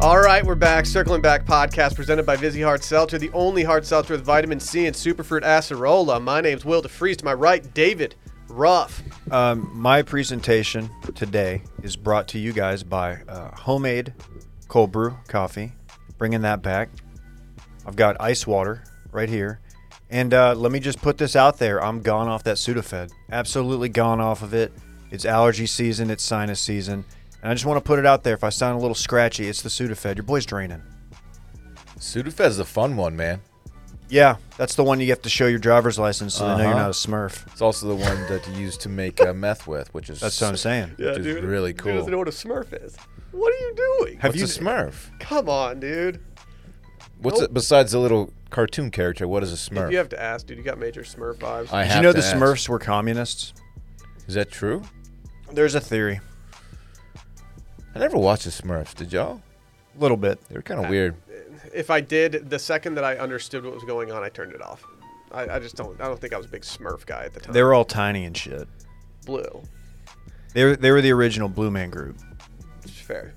All right, we're back. Circling Back podcast presented by Vizzy Hard Seltzer, the only hard seltzer with vitamin C and superfruit acerola. My name's Will DeFries. To my right, David Ruff. Um, my presentation today is brought to you guys by uh, homemade cold brew coffee. Bringing that back. I've got ice water right here. And uh, let me just put this out there. I'm gone off that Sudafed. Absolutely gone off of it. It's allergy season, it's sinus season. And I just want to put it out there. If I sound a little scratchy, it's the Sudafed. Your boy's draining. Sudafed's a fun one, man. Yeah, that's the one you have to show your driver's license so they know you're Uh-huh. not a smurf. It's also the one that you use to make uh, meth with, which is That's what I'm saying. Which is really cool. Dude doesn't know what a Smurf is. What are you doing? Have What's you- a Smurf? Come on, dude. What's Nope. it, besides the little cartoon character? What is a Smurf? You have to ask, dude. You got major Smurf vibes. I Did have you know to the ask. Smurfs were communists? Is that true? There's a theory. I never watched the Smurfs. Did y'all? A little bit. They were kind of weird. if I did, the second that I understood what was going on, I turned it off. I, I just don't. I don't think I was a big Smurf guy at the time. They were all tiny and shit. blue. They were, they were the original Blue Man Group. It's fair.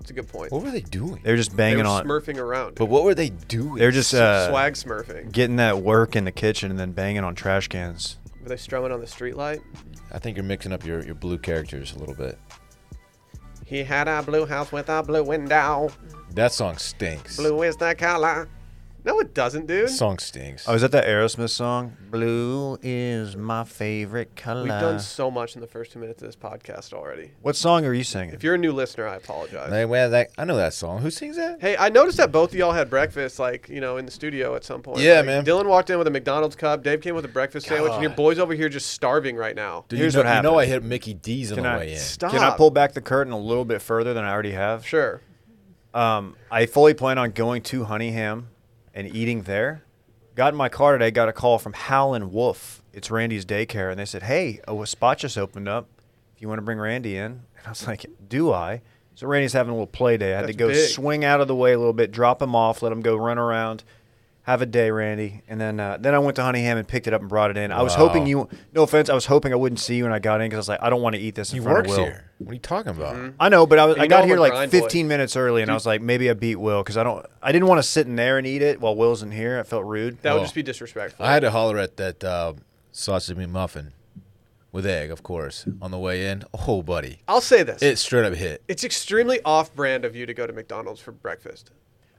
It's a good point. What were they doing? They were just They banging were on. Smurfing around. but dude. what were they doing? They were just uh, Swag Smurfing. getting that work in the kitchen and then banging on trash cans. Were they strumming on the streetlight? I think you're mixing up your, your blue characters a little bit. He had a blue house with a blue window. That song stinks. Blue is the color. No, it doesn't, dude. That song stinks. Oh, is that that Aerosmith song? Blue is my favorite color. We've done so much in the first two minutes of this podcast already. what song are you singing? If you're a new listener, I apologize. Hey, well, that- I know that song. Who sings that? Hey, I noticed that both of y'all had breakfast, like you know, in the studio at some point. Yeah, Like, man. Dylan walked in with a McDonald's cup. Dave came with a breakfast sandwich, and your God. boy's over here just starving right now. Dude, Here's you know, what You know I happened. hit Mickey D's on Can the I- way in. Stop. Can I pull back the curtain a little bit further than I already have? Sure. Um, I fully plan on going to Honeyham and eating there. Got in my car today, got a call from Howlin' Wolf. It's Randy's daycare, and they said, "Hey, a spot just opened up. If you want to bring Randy in," and I was like, "Do I?" So Randy's having a little play day. I had That's to go big. swing out of the way a little bit, drop him off, let him go run around, have a day, Randy, and then uh, then I went to Honeyham and picked it up and brought it in. I was Wow. hoping you, no offense, I was hoping I wouldn't see you when I got in because I was like, I don't want to eat this in He front works of Will. here. What are you talking about? I know, but I, was, You I know got I'm here a like grind boy. 15 minutes early, and I was like, maybe I beat Will because I don't, I didn't want to sit in there and eat it while Will's in here. I felt rude. That would Oh. just be disrespectful. I had to holler at that uh, sausage meat muffin with egg, of course, on the way in. Oh, buddy, I'll say this. it straight up hit. it's extremely off-brand of you to go to McDonald's for breakfast.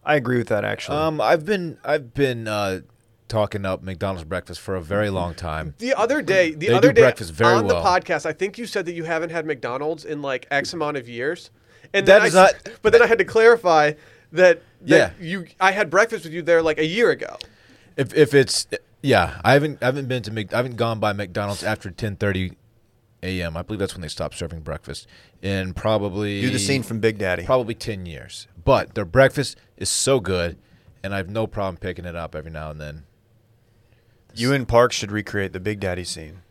I agree with that actually. Um, I've been I've been uh, talking up McDonald's breakfast for a very long time. The other day, the They other do day breakfast very on well. the podcast, I think you said that you haven't had McDonald's in like X amount of years, and That then is I, s- not- But then I had to clarify that, that Yeah. you I had breakfast with you there like a year ago. If if it's yeah, I haven't I haven't been to Mc, I haven't gone by McDonald's after ten thirty a.m. I believe that's when they stopped serving breakfast in probably Do the scene from Big Daddy. probably ten years. But their breakfast is so good, and I have no problem picking it up every now and then. you and Parks should recreate the Big Daddy scene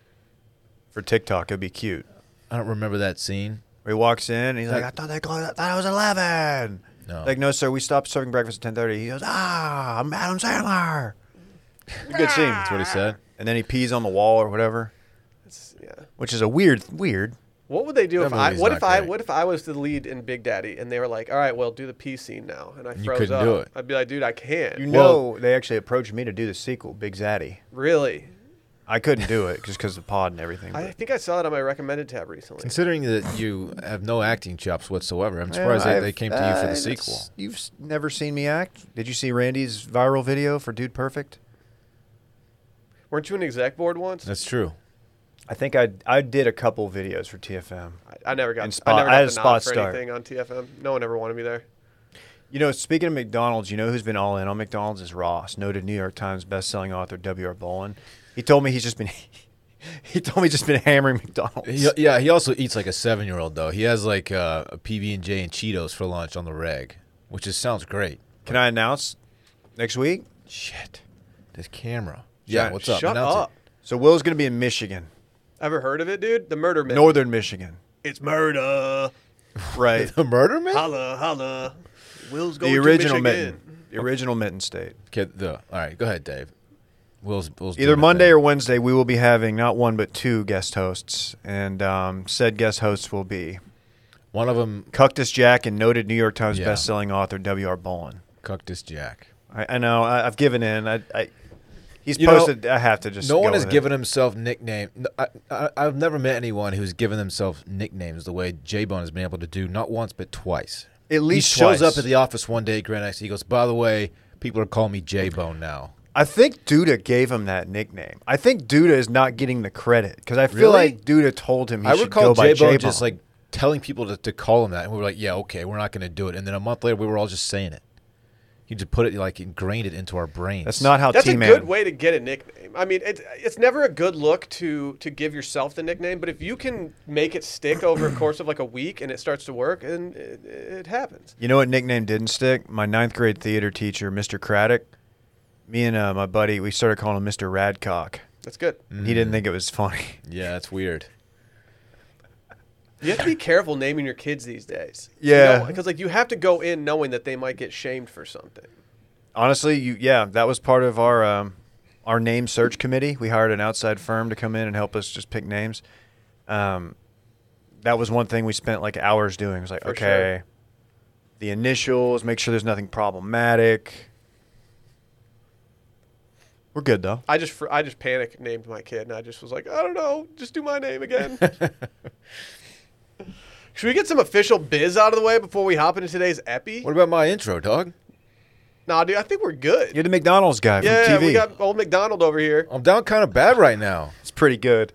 for TikTok. It'd be cute. I don't remember that scene. Where he walks in, and he's like, I thought they closed. I thought it was 11. No. Like, no, sir, we stopped serving breakfast at 10:30. He goes, Ah, I'm Adam Sandler. It's a good scene. That's what he said. And then he pees on the wall or whatever, It's, yeah. which is a weird, weird. What would they do That if I? movie's What not if I? great. What if I was the lead in Big Daddy and they were like, "All right, well, do the pee scene now," and I You froze couldn't up. do it. I'd be like, "Dude, I can't." You know, Well- they actually approached me to do the sequel, Big Zaddy. really? I couldn't do it just because the pod and everything. I but- think I saw it on my recommended tab recently. Considering that you have no acting chops whatsoever, I'm surprised Yeah, they, they I've- came to you for uh, the that's- sequel. You've s- never seen me act. Did you see Randy's viral video for Dude Perfect? Weren't you an exec board once? That's true. I think I I did a couple videos for TFM. I, I never got. And spot- I never I got had a the nod spot for start. anything on TFM. No one ever wanted me there. You know, speaking of McDonald's, you know who's been all in on McDonald's is Ross, noted New York Times best-selling author W.R. Bolin. He told me he's just been he told me he's just been hammering McDonald's. He- yeah, he also eats like a seven year old though. He has like uh, a PB and J and Cheetos for lunch on the reg, which is sounds great. Can I announce next week? Shit, this camera. Yeah, Shut- what's up? Shut Announce it. up. So Will's going to be in Michigan, Ever heard of it, dude? The murder myth. northern Michigan. It's murder. Right. The murder man. Holla, holla. Will's going the original to mitten. Michigan. The original mitten state. Okay, the, all right, go ahead, Dave. Will's, Will's Either Monday or Wednesday, we will be having not one but two guest hosts, and um, said guest hosts will be One of them, Cactus Jack and noted New York Times Yeah. best-selling author W.R. Bolin. Cactus Jack. I, I know. I, I've given in. I, I he's You know, posted. I have to just. No one go has with it. given himself nickname. no, I, I, I've never met anyone who's given themselves nicknames the way J Bone has been able to do, not once but twice. At least he shows twice. up at the office one day, Grand X. He goes, "By the way, people are calling me J Bone now." I think Duda gave him that nickname. I think Duda is not getting the credit because I feel Really? like Duda told him he I should go recall by J J Bone just like telling people to, to call him that, and we were like, "Yeah, okay, we're not going to do it." And then a month later, we were all just saying it. He just put it like ingrained it into our brains. That's not how That's a T-Man. good way to get a nickname. I mean, it's it's never a good look to to give yourself the nickname, but if you can make it stick over a course of like a week and it starts to work, and it, it happens. You know what nickname didn't stick? My ninth grade theater teacher, Mr. Craddock. Me and uh, my buddy, we started calling him Mr. Radcock. That's good. He didn't think it was funny. Yeah, that's weird. You have to be careful naming your kids these days. Yeah. because like you have to go in knowing that they might get shamed for something. Honestly, you yeah, that was part of our um, our name search committee. We hired an outside firm to come in and help us just pick names. Um, that was one thing we spent like hours doing. It was like, For okay, the initials, make sure there's nothing problematic. We're good though. I just fr- I just panic named my kid, and I just was like, I don't know, just do my name again. Should we get some official biz out of the way before we hop into today's epi? What about my intro, dog? Nah, dude, I think we're good. You're the McDonald's guy from yeah, TV. we got old McDonald over here. I'm down kind of bad right now. It's pretty good.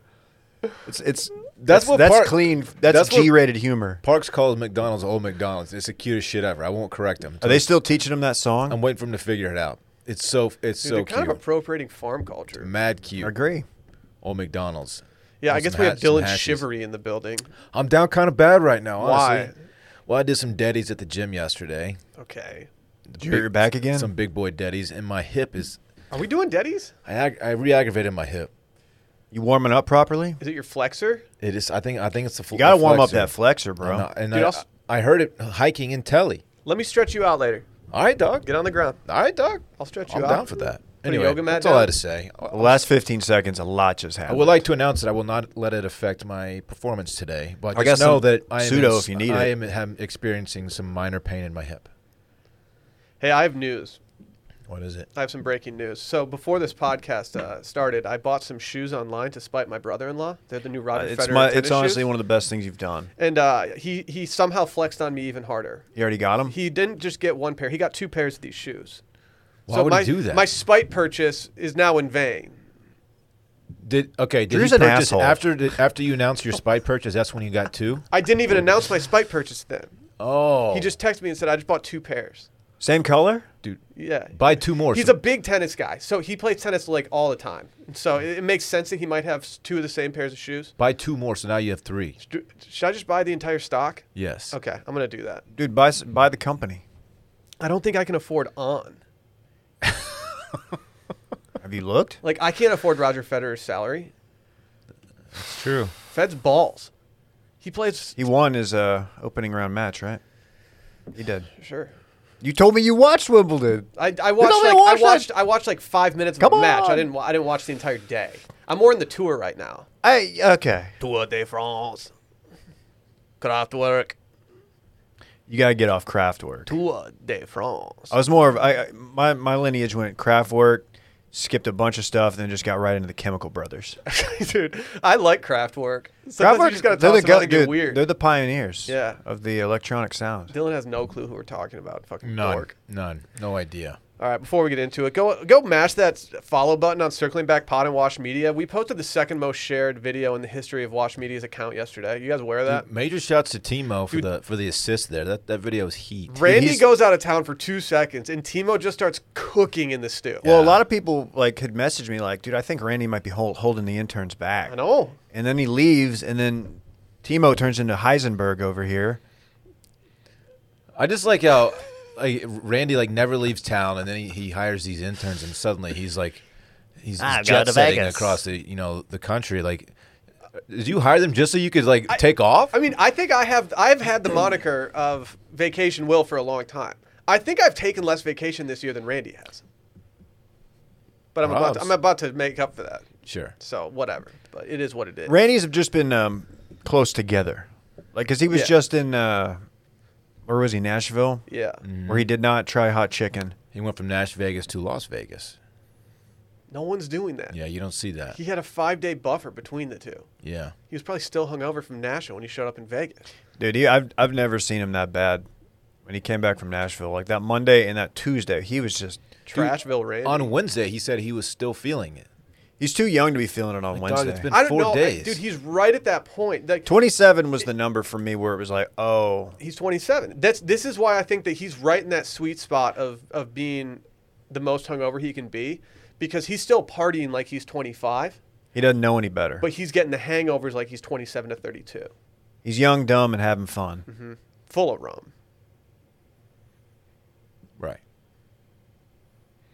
It's it's That's what that's part- clean. That's, that's what- G-rated humor. Parks calls McDonald's old McDonald's. It's the cutest shit ever. I won't correct him. Are they still teaching him that I'm song? waiting for him to figure it out. It's so it's Dude, so they're cute. kind of appropriating farm culture. Mad cute. I agree. Old McDonald's. Yeah, I Want guess some we have hats, some Dylan hashes. Shivery in the building. I'm down kind of bad right now. Why? Honestly. Well, I did some deadies at the gym yesterday. Okay. Did you hurt your back again? Some big boy deadies, and my hip is. Are we doing Deddies? I ag- I re-aggravated my hip. You warming up properly? Is it your flexor? It is. I think. I think it's the. Fl- You gotta the warm up flexor. that flexor, bro. And, I, and Dude, I- I'll- I heard it hiking in Telly. Let me stretch you out later. All right, dog. Get on the ground. All right, dog. I'll stretch I'm you out. down for that. a Anyway, yoga mat that's all down? I had to say. the last 15 seconds, a lot just I happened. would like to announce that I will not let it affect my performance today, but I just got know some that I am pseudo if you need I it. am, am experiencing some minor pain in my hip. Hey, I have news. What is it? I have some breaking news. So before this podcast uh, started, I bought some shoes online to spite my brother-in-law. They're the new Uh, Roger it's Federer my, tennis it's honestly shoes. one of the best things you've done. And uh, he he somehow flexed on me even harder. You already got him. He didn't just get one pair; he got two pairs of these shoes. Why so would my, he do that? My spite purchase is now in vain. Did okay? Did Drew's he an purchase asshole. after the- after you announced your spy purchase? That's when you got two. I didn't even announce my spite purchase then. Oh, He just texted me and said, "I just bought two pairs." Same color? dude Yeah. buy two more. He's so- a big tennis guy, so he plays tennis like all the time. So it, it makes sense that he might have s- two of the same pairs of shoes. buy two more, so now you have three. Sh- Should I just buy the entire stock? Yes. Okay, I'm gonna do that. Dude, buy, s- buy the company. I don't think I can afford on. Have you looked? Like I can't afford Roger Federer's salary. It's true. Fed's balls. He plays He won his uh, opening round match, right? He did. sure. You told me you watched Wimbledon. I, I watched only like I watched that- watched I watched like five minutes of Come a match. I on. didn't wa- I didn't watch the entire day. I'm more in the tour right now. I okay. Tour de France. Kraftwerk. You gotta get off Kraftwerk. Tour de France. I was more of I I- my my lineage went Kraftwerk, skipped a bunch of stuff, then just got right into the Chemical Brothers. dude, I like Kraftwerk. Sometimes you Kraftwerk, just gotta they're toss the them out go- and get dude, weird. They're the pioneers. Yeah. of the electronic sound. Dylan has no clue who we're talking about. Fucking None. dork. None. No idea. All right, before we get into it, go go mash that follow button on Circling Back Pod and Wash Media. We posted the second most shared video in the history of Wash Media's account yesterday. You guys aware of that? Major shouts to Timo for Dude. the for the assist there. That that video is heat. Randy he's- goes out of town for two seconds, and Timo just starts cooking in the stew. Well, a Yeah. lot of people like had messaged me like, dude, I think Randy might be hol- holding the interns back. I know. And then he leaves, and then Timo turns into Heisenberg over here. I just like how like Randy like never leaves town, and then he, he hires these interns, and suddenly he's like he's, I've he's got jet Ah, to setting Vegas. across the you know the country. Like, did you hire them just so you could like take off? I mean, I think I have I've had the moniker of Vacation Will for a long time. I think I've taken less vacation this year than Randy has. But I'm about to, Props. I'm about to make up for that. sure. So whatever. But it is what it is. Randy's have just been um, close together. Like, cause he was Yeah. just in, uh, where was he? Nashville, Yeah. where he did not try hot chicken. He went from Nash Vegas to Las Vegas. No one's doing that. Yeah, you don't see that. He had a five day buffer between the two. Yeah. He was probably still hungover from Nashville when he showed up in Vegas. Dude, he, I've I've never seen him that bad. When he came back from Nashville, like that Monday and that Tuesday, he was just. Trashville Randy. On Wednesday, he said he was still feeling it. He's too young to be feeling it on Like, dog, Wednesday. it's been- I don't four know, I- days. dude. He's right at that point. Like, 27 was the number for me where it was like, oh, he's 27. That's this is why I think that he's right in that sweet spot of of being the most hungover he can be, because he's still partying like he's 25, he doesn't know any better. but he's getting the hangovers like he's 27 to 32, He's young, dumb, and having fun. Mm-hmm. full of rum. Right.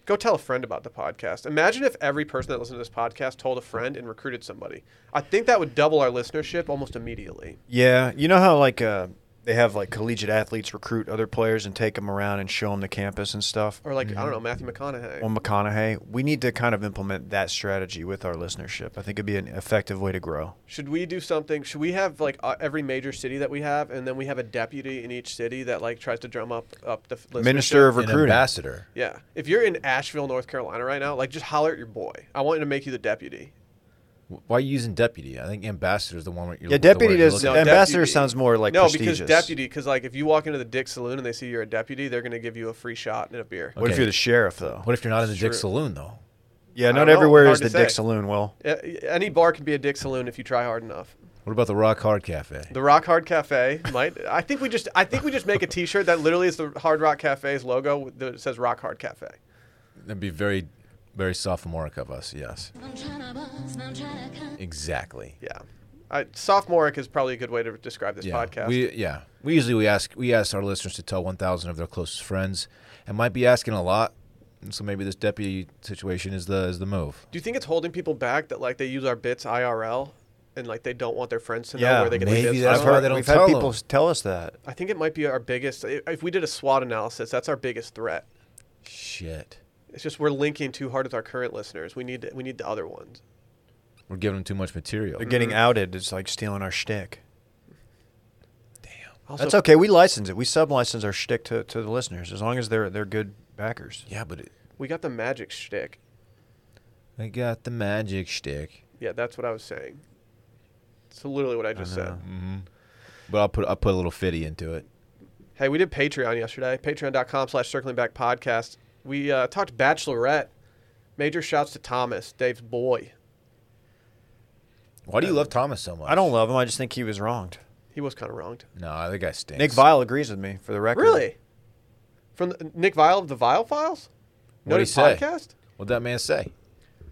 Go tell a friend about the podcast. Imagine if every person that listened to this podcast told a friend and recruited somebody. I think that would double our listenership almost immediately. Yeah, you know how like uh, they have like collegiate athletes recruit other players and take them around and show them the campus and stuff. Or like I don't know, Matthew McConaughey. Well, McConaughey, we need to kind of implement that strategy with our listenership. I think it'd be an effective way to grow. Should we do something? Should we have like uh, every major city that we have, and then we have a deputy in each city that like tries to drum up up the f- listenership? Minister of An recruiting. ambassador. Yeah. If you're in Asheville, North Carolina right now, like just holler at your boy. I want you to make you the deputy. Why are you using deputy? I think ambassador is the one where you're Yeah, the word deputy you're does- looking and- at. ambassador sounds more, like, no because prestigious. deputy because like if you walk into the Dick Saloon and they see you're a deputy, they're gonna give you a free shot and a beer. What if Okay. you're the sheriff though? What if you're not in the True. Dick Saloon though? Yeah, I don't not know. everywhere Hard is to the say. Dick Saloon. Will Uh, Any bar can be a Dick Saloon if you try hard enough. What about the Rock Hard Cafe? The Rock Hard Cafe might. I think we just. I think we just make a T-shirt that literally is the Hard Rock Cafe's logo that says Rock Hard Cafe. That'd be very, very sophomoric of us. Yes, I'm tryna bust, I'm tryna cut. exactly. Yeah. I, sophomoric is probably a good way to describe this yeah. podcast. We yeah. We usually we ask we ask our listeners to tell 1,000 of their closest friends, and might be asking a lot. and So maybe this deputy situation is the is the move. Do you think it's holding people back that like they use our bits IRL and like they don't want their friends to know Yeah, where they get maybe the bits? that's from? why they don't we've tell had people 'em. s- tell us that. I think it might be our biggest. If we did a SWOT analysis, that's our biggest threat. Shit, It's just we're linking too hard with our current listeners. We need we need the other ones. we're giving them too much material. They're getting Mm-hmm. outed. It's like stealing our shtick. Also, That's okay. We license it. We sublicense our shtick to, to the listeners as long as they're they're good backers. Yeah, but it, we got the magic shtick. I got the magic shtick. Yeah, that's what I was saying. It's literally what I just said. But I'll put I'll put a little fitty into it. Hey, we did Patreon yesterday. Patreon.com slash circling back podcast. We uh, talked Bachelorette. Major shouts to Thomas, Dave's boy. Why do you love Thomas so much? I don't love him. I just think he was wronged. He was kind of wronged. No, I think I stink. Nick Vile agrees with me for the record. Really? From the, Nick Vile of the Vile Files? What'd Notice he say? podcast? What'd that man say?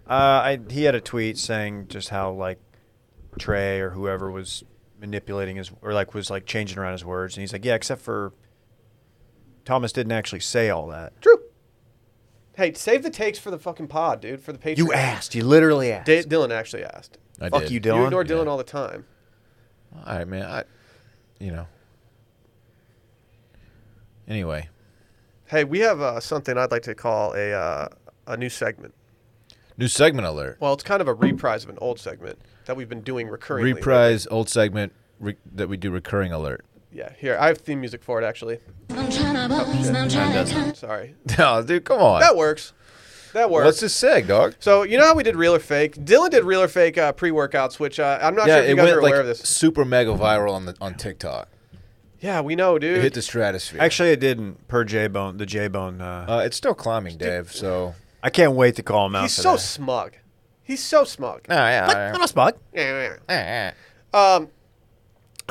Uh, I, he had a tweet saying just how like Trey or whoever was manipulating his or like was like changing around his words, and he's like, yeah, except for Thomas didn't actually say all that. True. Hey, save the takes for the fucking pod, dude, for the Patreon. You asked. You literally asked. Da- Dylan actually asked. I Fuck did. you, you Dylan. ignore yeah. Dylan all the time. All right, man. I, you know. Anyway, Hey, we have uh, something I'd like to call a, uh, a new segment. new segment alert. Well, it's kind of a reprise of an old segment that we've been doing recurringly. Reprise old segment re- that we do recurring alert. Yeah, here. I have theme music for it, actually. I'm tryna bust, I'm tryna doesn't. cut. Sorry. No, dude, come on. That works. That works. What's this seg, dog? So you know how we did real or fake? Dylan did real or fake uh, pre-workouts, which uh, I'm not sure if you guys are aware like of this. super mega viral on the on TikTok. Yeah, we know, It dude. hit the stratosphere. Actually, it didn't. Per J Bone, the J Bone. Uh, uh, it's still climbing, Dave. So I can't wait to call him out. He's today. so smug. He's so smug. Oh, I'm a smug. Eh, Um,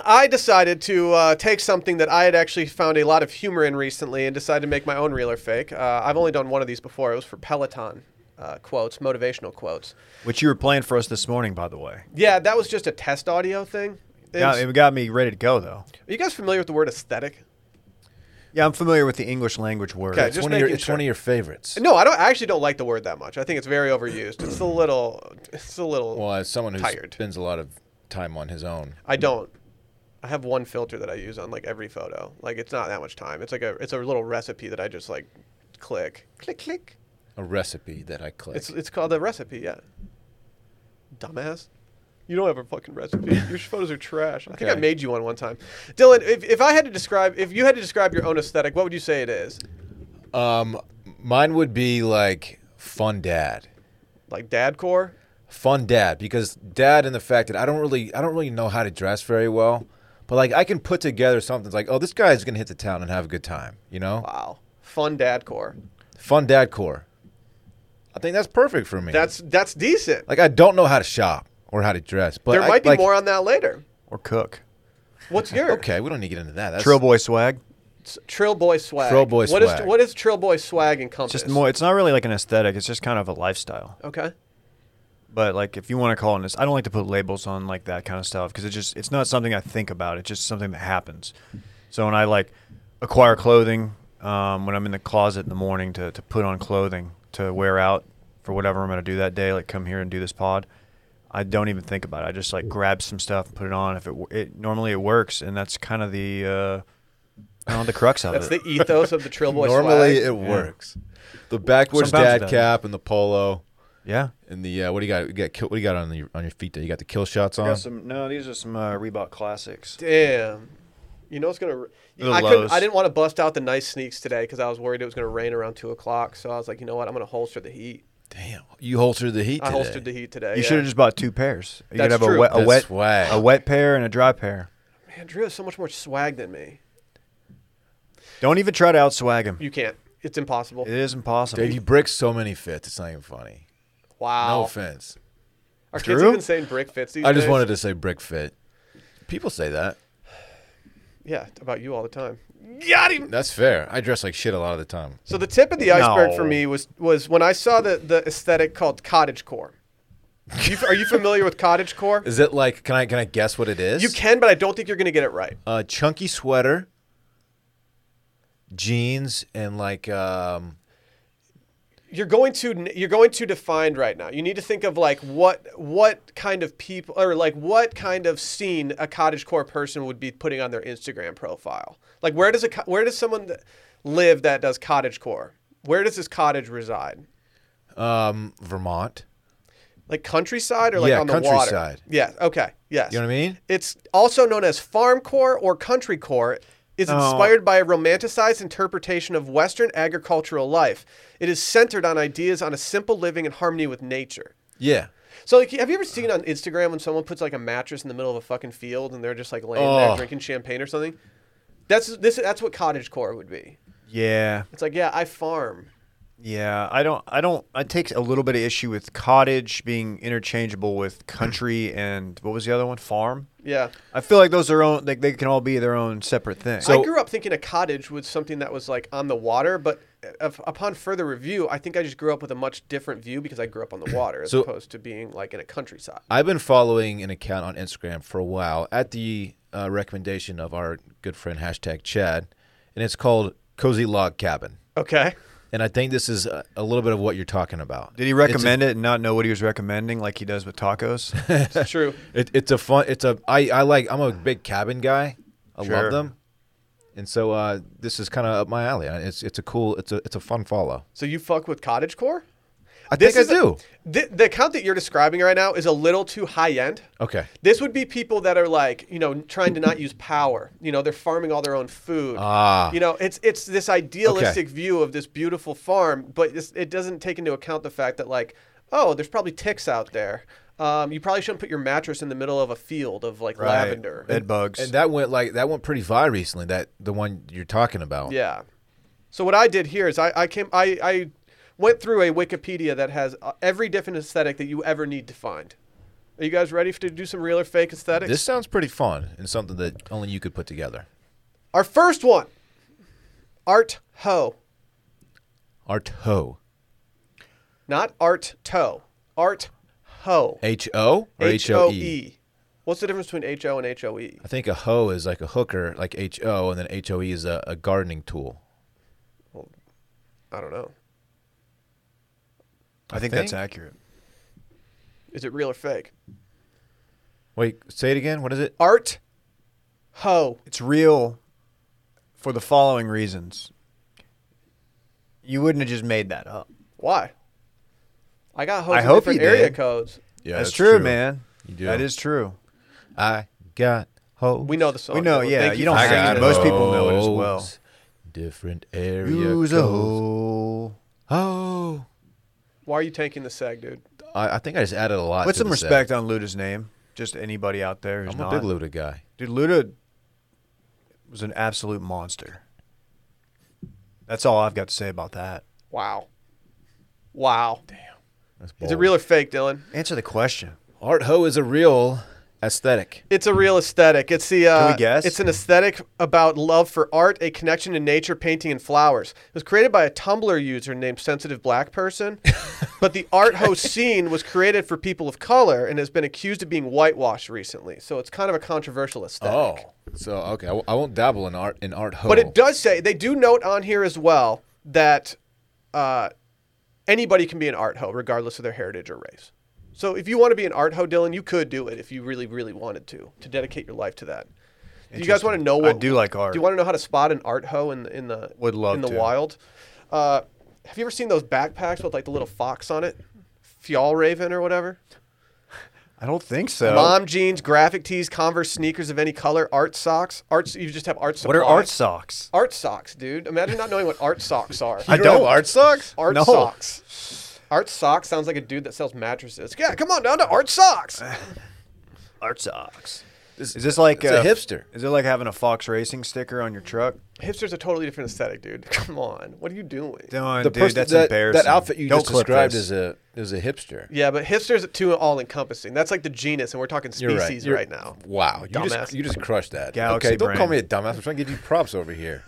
I decided to uh, take something that I had actually found a lot of humor in recently and decided to make my own real or fake. Uh, I've only done one of these before. It was for Peloton uh, quotes, motivational quotes. Which you were playing for us this morning, by the way. Yeah, that was just a test audio thing. It Yeah, was- it got me ready to go though. are you guys familiar with the word aesthetic? Yeah, I'm familiar with the English language word. Okay, It's, Just one of, your, making it's one sure. of your favorites. No, I don't. I actually don't like the word that much. I think it's very overused. It's a little. It's a little. Well, as someone who Tired. spends a lot of time on his own, I don't. I have one filter that I use on like every photo. Like it's not that much time. It's like a it's a little recipe that I just like click click click. a recipe that I click. It's it's called a recipe. Yeah. Dumbass. You don't have a fucking recipe. Your photos are trash. I think I Okay. made you one one time. Dylan, if, if I had to describe, if you had to describe your own aesthetic, what would you say it is? Um, mine would be like fun dad, Like dad core? fun dad, because dad and the fact that I don't really, I don't really know how to dress very well, but like I can put together something like, oh, this guy's gonna hit the town and have a good time, you know? Wow. Fun dad core. Fun dad core. I think that's perfect for me. That's that's decent. like I don't know how to shop or how to dress, but there I- might be like- more on that later. or cook. What's your Okay, we don't need to get into that. That's Trail boy swag. S- Trill Boy swag? Trill Boy What is- swag. what is Trill Boy swag encompass? It's just more. It's not really like an aesthetic. It's just kind of a lifestyle. Okay. But like, if you want to call it this, I don't like to put labels on like that kind of stuff because it just it's not something I think about. It's just something that happens. So when I like acquire clothing, um, when I'm in the closet in the morning to to put on clothing to wear out for whatever I'm gonna do that day, like come here and do this pod, I don't even think about it. I just like grab some stuff, put it on. If it wo- it normally it works, and that's kind of the uh, I don't know, the crux of That's it. the ethos of the Trill Boy Normally swag. it works. The backwards Sometimes it dad doesn't. cap and the polo yeah. and the uh, what do you got? You got kill, what do you got on your on your feet? There, you got the kill shots on. Got some. No, these are some uh, Reebok classics. Damn. You know it's gonna. The I couldn't, lows. I didn't want to bust out the nice sneaks today because I was worried it was gonna rain around two o'clock. So I was like, you know what? I'm gonna holster the heat. Damn, you holstered the heat. I Today. holstered the heat today. You should have just bought two pairs. You That's could have true. a wet, a That's wet, swag. a wet pair and a dry pair. just. Man, Drew has so much more swag than me. Don't even try to outswag him. You can't. It's impossible. It is impossible. Dave, you brick so many fits. It's not even funny. wow. No offense. Are kids Drew? even saying brick fits these I just days? wanted to say brick fit. People say that. Yeah, about you all the time. Got him. That's fair. I dress like shit a lot of the time. So the tip of the iceberg for No. me was was when I saw the the aesthetic called cottage core. you, are you familiar with cottage core? Is it like? Can I can I guess what it is? You can, but I don't think you're gonna get it right. A chunky sweater, jeans, and like um, you're going to you're going to define right now. You need to think of like what what kind of people or like what kind of scene a cottage core person would be putting on their Instagram profile. Like where does a co- where does someone that- live that does cottage core? Where does this cottage reside? um Vermont. Like countryside or like Yeah, on the water? countryside. Yeah. Okay. Yes. You know what I mean? It's also known as farm core or country core. Is No. inspired by a romanticized interpretation of Western agricultural life. It is centered on ideas on a simple living in harmony with nature. Yeah. So, like, have you ever seen on Instagram when someone puts like a mattress in the middle of a fucking field and they're just like laying there Oh. drinking champagne or something? That's this. That's what cottage core would be. yeah, It's like, yeah, I farm. yeah. I don't. I don't. I take a little bit of issue with cottage being interchangeable with country and what was the other one? Farm. Yeah. I feel like those are own. Like they can all be their own separate thing. I grew up thinking a cottage was something that was like on the water, but uh, of, upon further review, I think I just grew up with a much different view because I grew up on the water as So- opposed to being like in a countryside. I've been following an account on Instagram for a while at the uh, recommendation of our good friend hashtag Chad, and it's called Cozy Log Cabin. Okay. And I think this is a, a little bit of what you're talking about. Did he recommend it and not know what he was recommending, like he does with tacos? It's true. It, it's a fun. It's a. I I like. I'm a big cabin guy. I Sure. love them. And so uh, this is kind of up my alley. Uh, It's it's a cool. It's a it's a fun follow. So you fuck with cottage core? I think is I do. th- the account that you're describing right now is a little too high end. okay. This would be people that are like, you know, trying to not use power. You know, they're farming all their own food. Ah. You know, it's it's this idealistic view of this beautiful farm, but this, it doesn't take into account the fact that like, oh, there's probably ticks out there. Um, you probably shouldn't put your mattress in the middle of a field of like lavender. Bed bugs. And that went like that went pretty viral recently. That the one you're talking about. Yeah. So what I did here is I, I came I, I went through a Wikipedia that has uh, every different aesthetic that you ever need to find. Are you guys ready to do some real or fake aesthetics? This sounds pretty fun and something that only you could put together. Our first one, art ho, Art ho. not art toe, art ho. H O or H O E? What's the difference between H O and H O E? I think a hoe is like a hooker, like H O, and then H O E is a, a gardening tool. I don't know. I think that's think- accurate. Is it real or fake? Wait, say it again. What is it? Art ho. It's real for the following reasons. You wouldn't have just made that up. Why? I got hoes I in hope different you area did. codes. Yeah, that's, true, man. You do. That is true. I got hoes. We know the song. we know, though. yeah. Thank You don't for I sing singing got it. it. Most people know it as hoes. well. Different area. Use a codes. hole. Oh. Why are you tanking the seg, dude? I, I think I just added a lot. Put to some the set. respect on Luda's name. Just anybody out there who's I'm not. a big Luda guy. Dude, Luda was an absolute monster. That's all I've got to say about that. Wow. Wow. Damn. That's Is it bold. real or fake, Dylan? Answer the question. Art ho is a real aesthetic. It's a real aesthetic. It's the. Uh, Can we guess? It's an aesthetic about love for art, a connection to nature, painting, and flowers. It was created by a Tumblr user named Sensitive Black Person, but the art host scene was created for people of color and has been accused of being whitewashed recently. So it's kind of a controversial aesthetic. Oh, so okay. I, w- I won't dabble in art in art ho. But Oh. it does say they do note on here as well that uh, anybody can be an art ho, regardless of their heritage or race. So if you want to be an art ho, Dylan, you could do it if you really, really wanted to, to dedicate your life to that. Do you guys want to Interesting. know I what do like art. Do you want to know how to spot an art ho in the in the Would love in the to. wild? Uh, have you ever seen those backpacks with like the little fox on it, Fjall Raven or whatever? I don't think so. Mom jeans, graphic tees, Converse sneakers of any color, art socks, arts. You just have art. what are supply. art socks? Art socks, dude. Imagine not knowing what art socks are. I don't. have art socks. Art No. socks. Art socks sounds like a dude that sells mattresses. Yeah, come on down to Art Socks. Art socks. Is this like it's a hipster. Is it like having a Fox Racing sticker on your truck? Hipster's a totally different aesthetic, dude. Come on. What are you doing? Dylan, The dude, person- that's that, embarrassing. That outfit you don't just clip described this. is a is a hipster. Yeah, but hipster's too all encompassing. That's like the genus, and we're talking You're species You're- right now. Wow, you Dumbass. just you just crushed that. Galaxy okay, don't call brain. me a dumbass. I'm trying to give you props over here.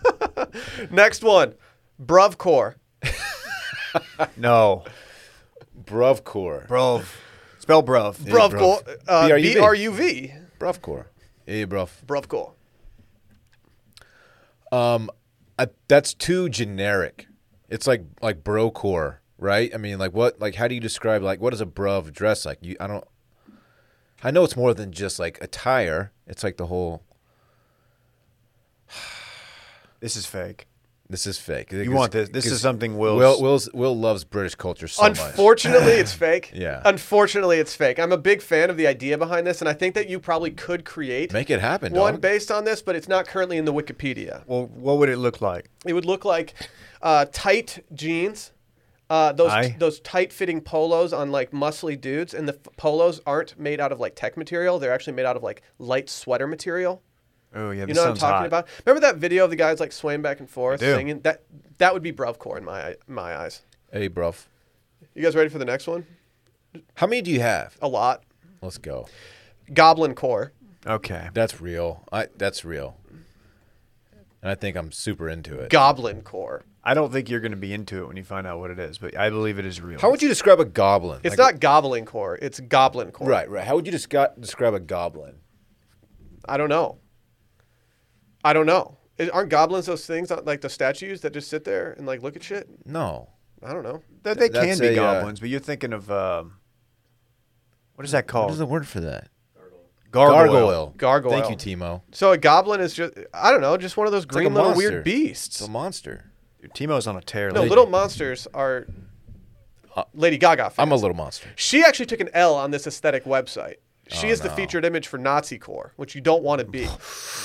Next one. Bruvcore. no, Bruvcore. bruv. Spell bruv. Bruvcore. bruv. Uh, BRUV. B-R-U-V. Bruvcore. Hey, bruv. Bruvcore. I, that's too generic. It's like like brocore, right? I mean, like what? Like how do you describe like what does a bruv dress like? You, I don't. I know it's more than just like attire. It's like the whole. This is fake. This is fake. You want this? This is something Will's. Will Will's, Will loves British culture so much. Unfortunately, it's fake. Yeah. Unfortunately, it's fake. I'm a big fan of the idea behind this, and I think that you probably could create Make it happen. one dog. based on this, but it's not currently in the Wikipedia. well, what would it look like? It would look like uh, tight jeans, uh, those Aye. those tight fitting polos on like muscly dudes, and the f- polos aren't made out of like tech material. They're actually made out of like light sweater material. Oh yeah, You this know what I'm sounds talking hot. about? Remember that video of the guys like swaying back and forth, do. singing? That that would be bruvcore in my my eyes. Hey, bruv. You guys ready for the next one? How many do you have? A lot. Let's go. Goblin core. Okay. That's real. I that's real. And I think I'm super into it. Goblin core. I don't think you're going to be into it when you find out what it is, but I believe it is real. How would you describe a goblin? It's Like- not goblin core. It's goblin core. right, right. How would you descri- describe a goblin? I don't know. I don't know. It- aren't goblins those things uh, like the statues that just sit there and like look at shit? No. I don't know. Th- they That's can be a, uh, goblins, but you're thinking of um, what is that called? What is the word for that? Gargoyle. Gargoyle. Thank you, Timo. So a goblin is just I don't know, just one of those like green a little monster. weird It's beasts. a monster. Dude, Timo's on a tear. No, lately. little monsters are Lady Gaga. Fans. Uh, I'm a little monster. She actually took an L on this aesthetic website. She Oh, is the no. featured image for Nazi core, which you don't want to be.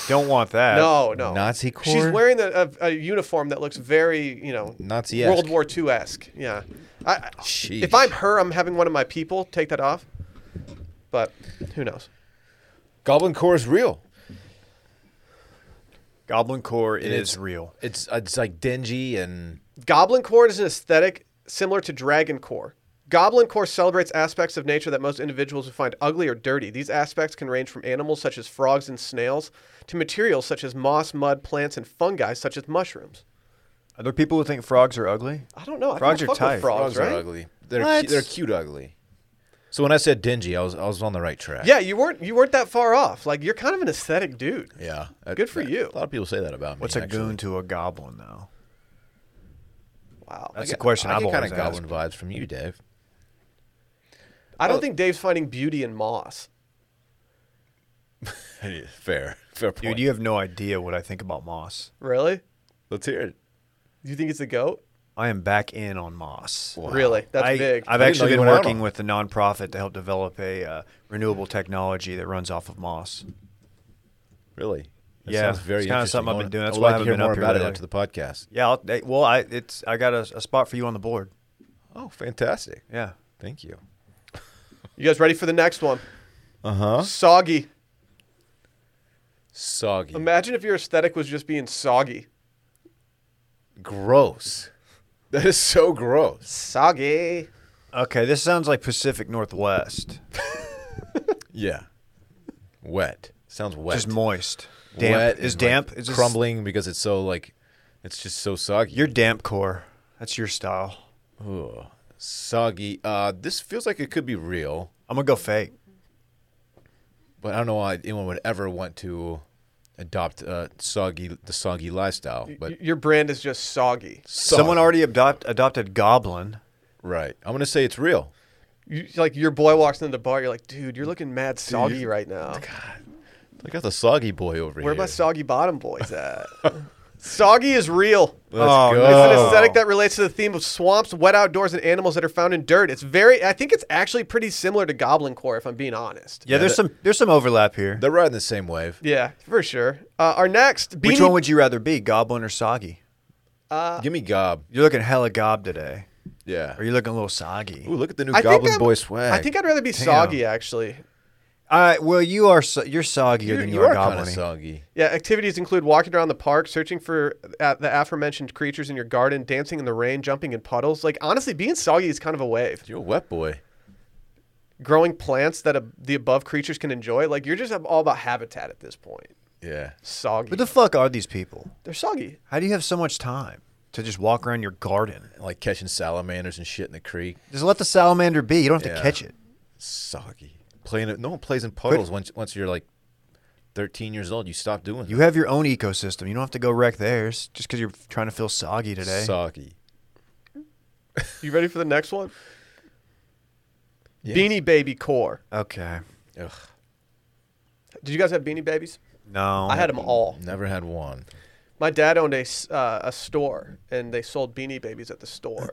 Don't want that. No, no. Nazi She's core? wearing a, a, a uniform that looks very, you know, Nazi-esque. World War II esque. Yeah. I, I- Sheesh. if I'm her, I'm having one of my people take that off. But who knows? Goblin core is real. Goblin core is it's- real. It's uh, it's like dingy and Goblin core is an aesthetic similar to dragon core. Goblin core celebrates aspects of nature that most individuals would find ugly or dirty. These aspects can range from animals such as frogs and snails to materials such as moss, mud, plants, and fungi such as mushrooms. Are there people who think frogs are ugly? I don't know. I Frogs think are I fuck with tight. Frogs, right? are ugly. They're What? cu- they're cute ugly. So when I said dingy, I was I was on the right track. Yeah, you weren't you weren't that far off. Like you're kind of an aesthetic dude. Yeah. I- Good for that- you. A lot of people say that about me. What's a actually. goon to a goblin, though? Wow. That's Yeah, the question I I've get kind always of asked. goblin vibes from you, Dave. I don't think Dave's finding beauty in moss. fair, fair point. Dude, you have no idea what I think about moss. Really? Let's hear it. You think it's a goat? I am back in on Moss. Really, that's I, big. I've I didn't know actually you been went out working on- with a nonprofit to help develop a uh, renewable technology that runs off of moss. Really? That Yeah, sounds very it's kinda interesting. something I've been I wanna- doing. That's I would why I like to haven't hear been more up here about it lately. after the podcast. Yeah, I'll, eh, well, I it's I got a, a spot for you on the board. Oh, fantastic. Yeah, Thank you. You guys ready for the next one? Uh huh. Soggy. Soggy. Imagine if your aesthetic was just being soggy. gross. That is so gross. Soggy. Okay, this sounds like Pacific Northwest. Yeah. Wet. Sounds wet. Just moist. Damp. Wet is and, like, damp is this- crumbling because it's so like, it's just so soggy. You're damp core. That's your style. Ugh. soggy. Uh, this feels like it could be real, I'm gonna go fake. but I don't know why anyone would ever want to adopt uh, soggy the soggy lifestyle. But Y- your brand is just soggy. Someone soggy. already adopt, adopted Goblin. right. I'm gonna say it's real. You, like your boy walks into the bar, you're like, dude, you're looking mad soggy right now. Look at the soggy boy over Where here. my soggy bottom boys at? soggy is real. Let's Oh, go. no. It's an aesthetic that relates to the theme of swamps, wet outdoors, and animals that are found in dirt. It's very, I think it's actually pretty similar to Goblin Core, if I'm being honest. Yeah, there's that- some there's some overlap here. They're riding the same wave. Yeah, for sure. Uh, our next, Beanie, Which one would you rather be, Goblin or Soggy? Give me gob. You're looking hella gob today. Yeah. Or you looking a little soggy? Ooh, look at the new I think Goblin I'm- Boy swag. I think I'd rather be soggy, actually. All right, well, you are so, you're soggier you're, than you you are are kind of goblin. soggy. Yeah, activities include walking around the park, searching for uh, the aforementioned creatures in your garden, dancing in the rain, jumping in puddles. Like, honestly, being soggy is kind of a wave. You're a wet boy. Growing plants that ab the above creatures can enjoy. Like, you're just all about habitat at this point. Yeah. Soggy. What the fuck are these people? They're soggy. How do you have so much time to just walk around your garden? Like catching salamanders and shit in the creek. Just let the salamander be. You don't have to Yeah. catch it. Soggy. Playing it. No one plays in puddles once once you're like 13 years old. You stop doing You have your own ecosystem. You don't have to go wreck theirs just because you're trying to feel soggy that. today. Soggy. You ready for the next one? Yes. Beanie Baby Core. okay. Ugh. Did you guys have Beanie Babies? No. I had them all. Never had one. My dad owned a, s- uh, a store, and they sold Beanie Babies at the store.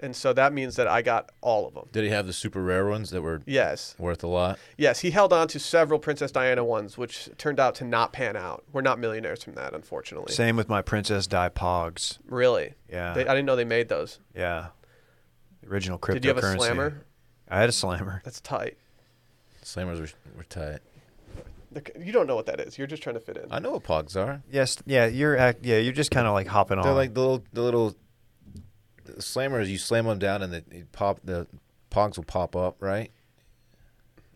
and so that means that I got all of them. Did he have the super rare ones that were Yes. worth a lot? Yes, he held on to several Princess Diana ones, which turned out to not pan out. We're not millionaires from that, unfortunately. Same with my Princess Di Pogs. Really? Yeah. They, I didn't know they made those. Yeah. The original cryptocurrency. Did you have a slammer? I had a slammer. That's tight. Slammers were, were tight. The c- You don't know what that is. You're just trying to fit in. I know what pogs are. Yes. Yeah. You're act. Yeah. You're just kind of like hopping They're on. like the little the little the slammers. You slam them down and the it pop the pogs will pop up, right?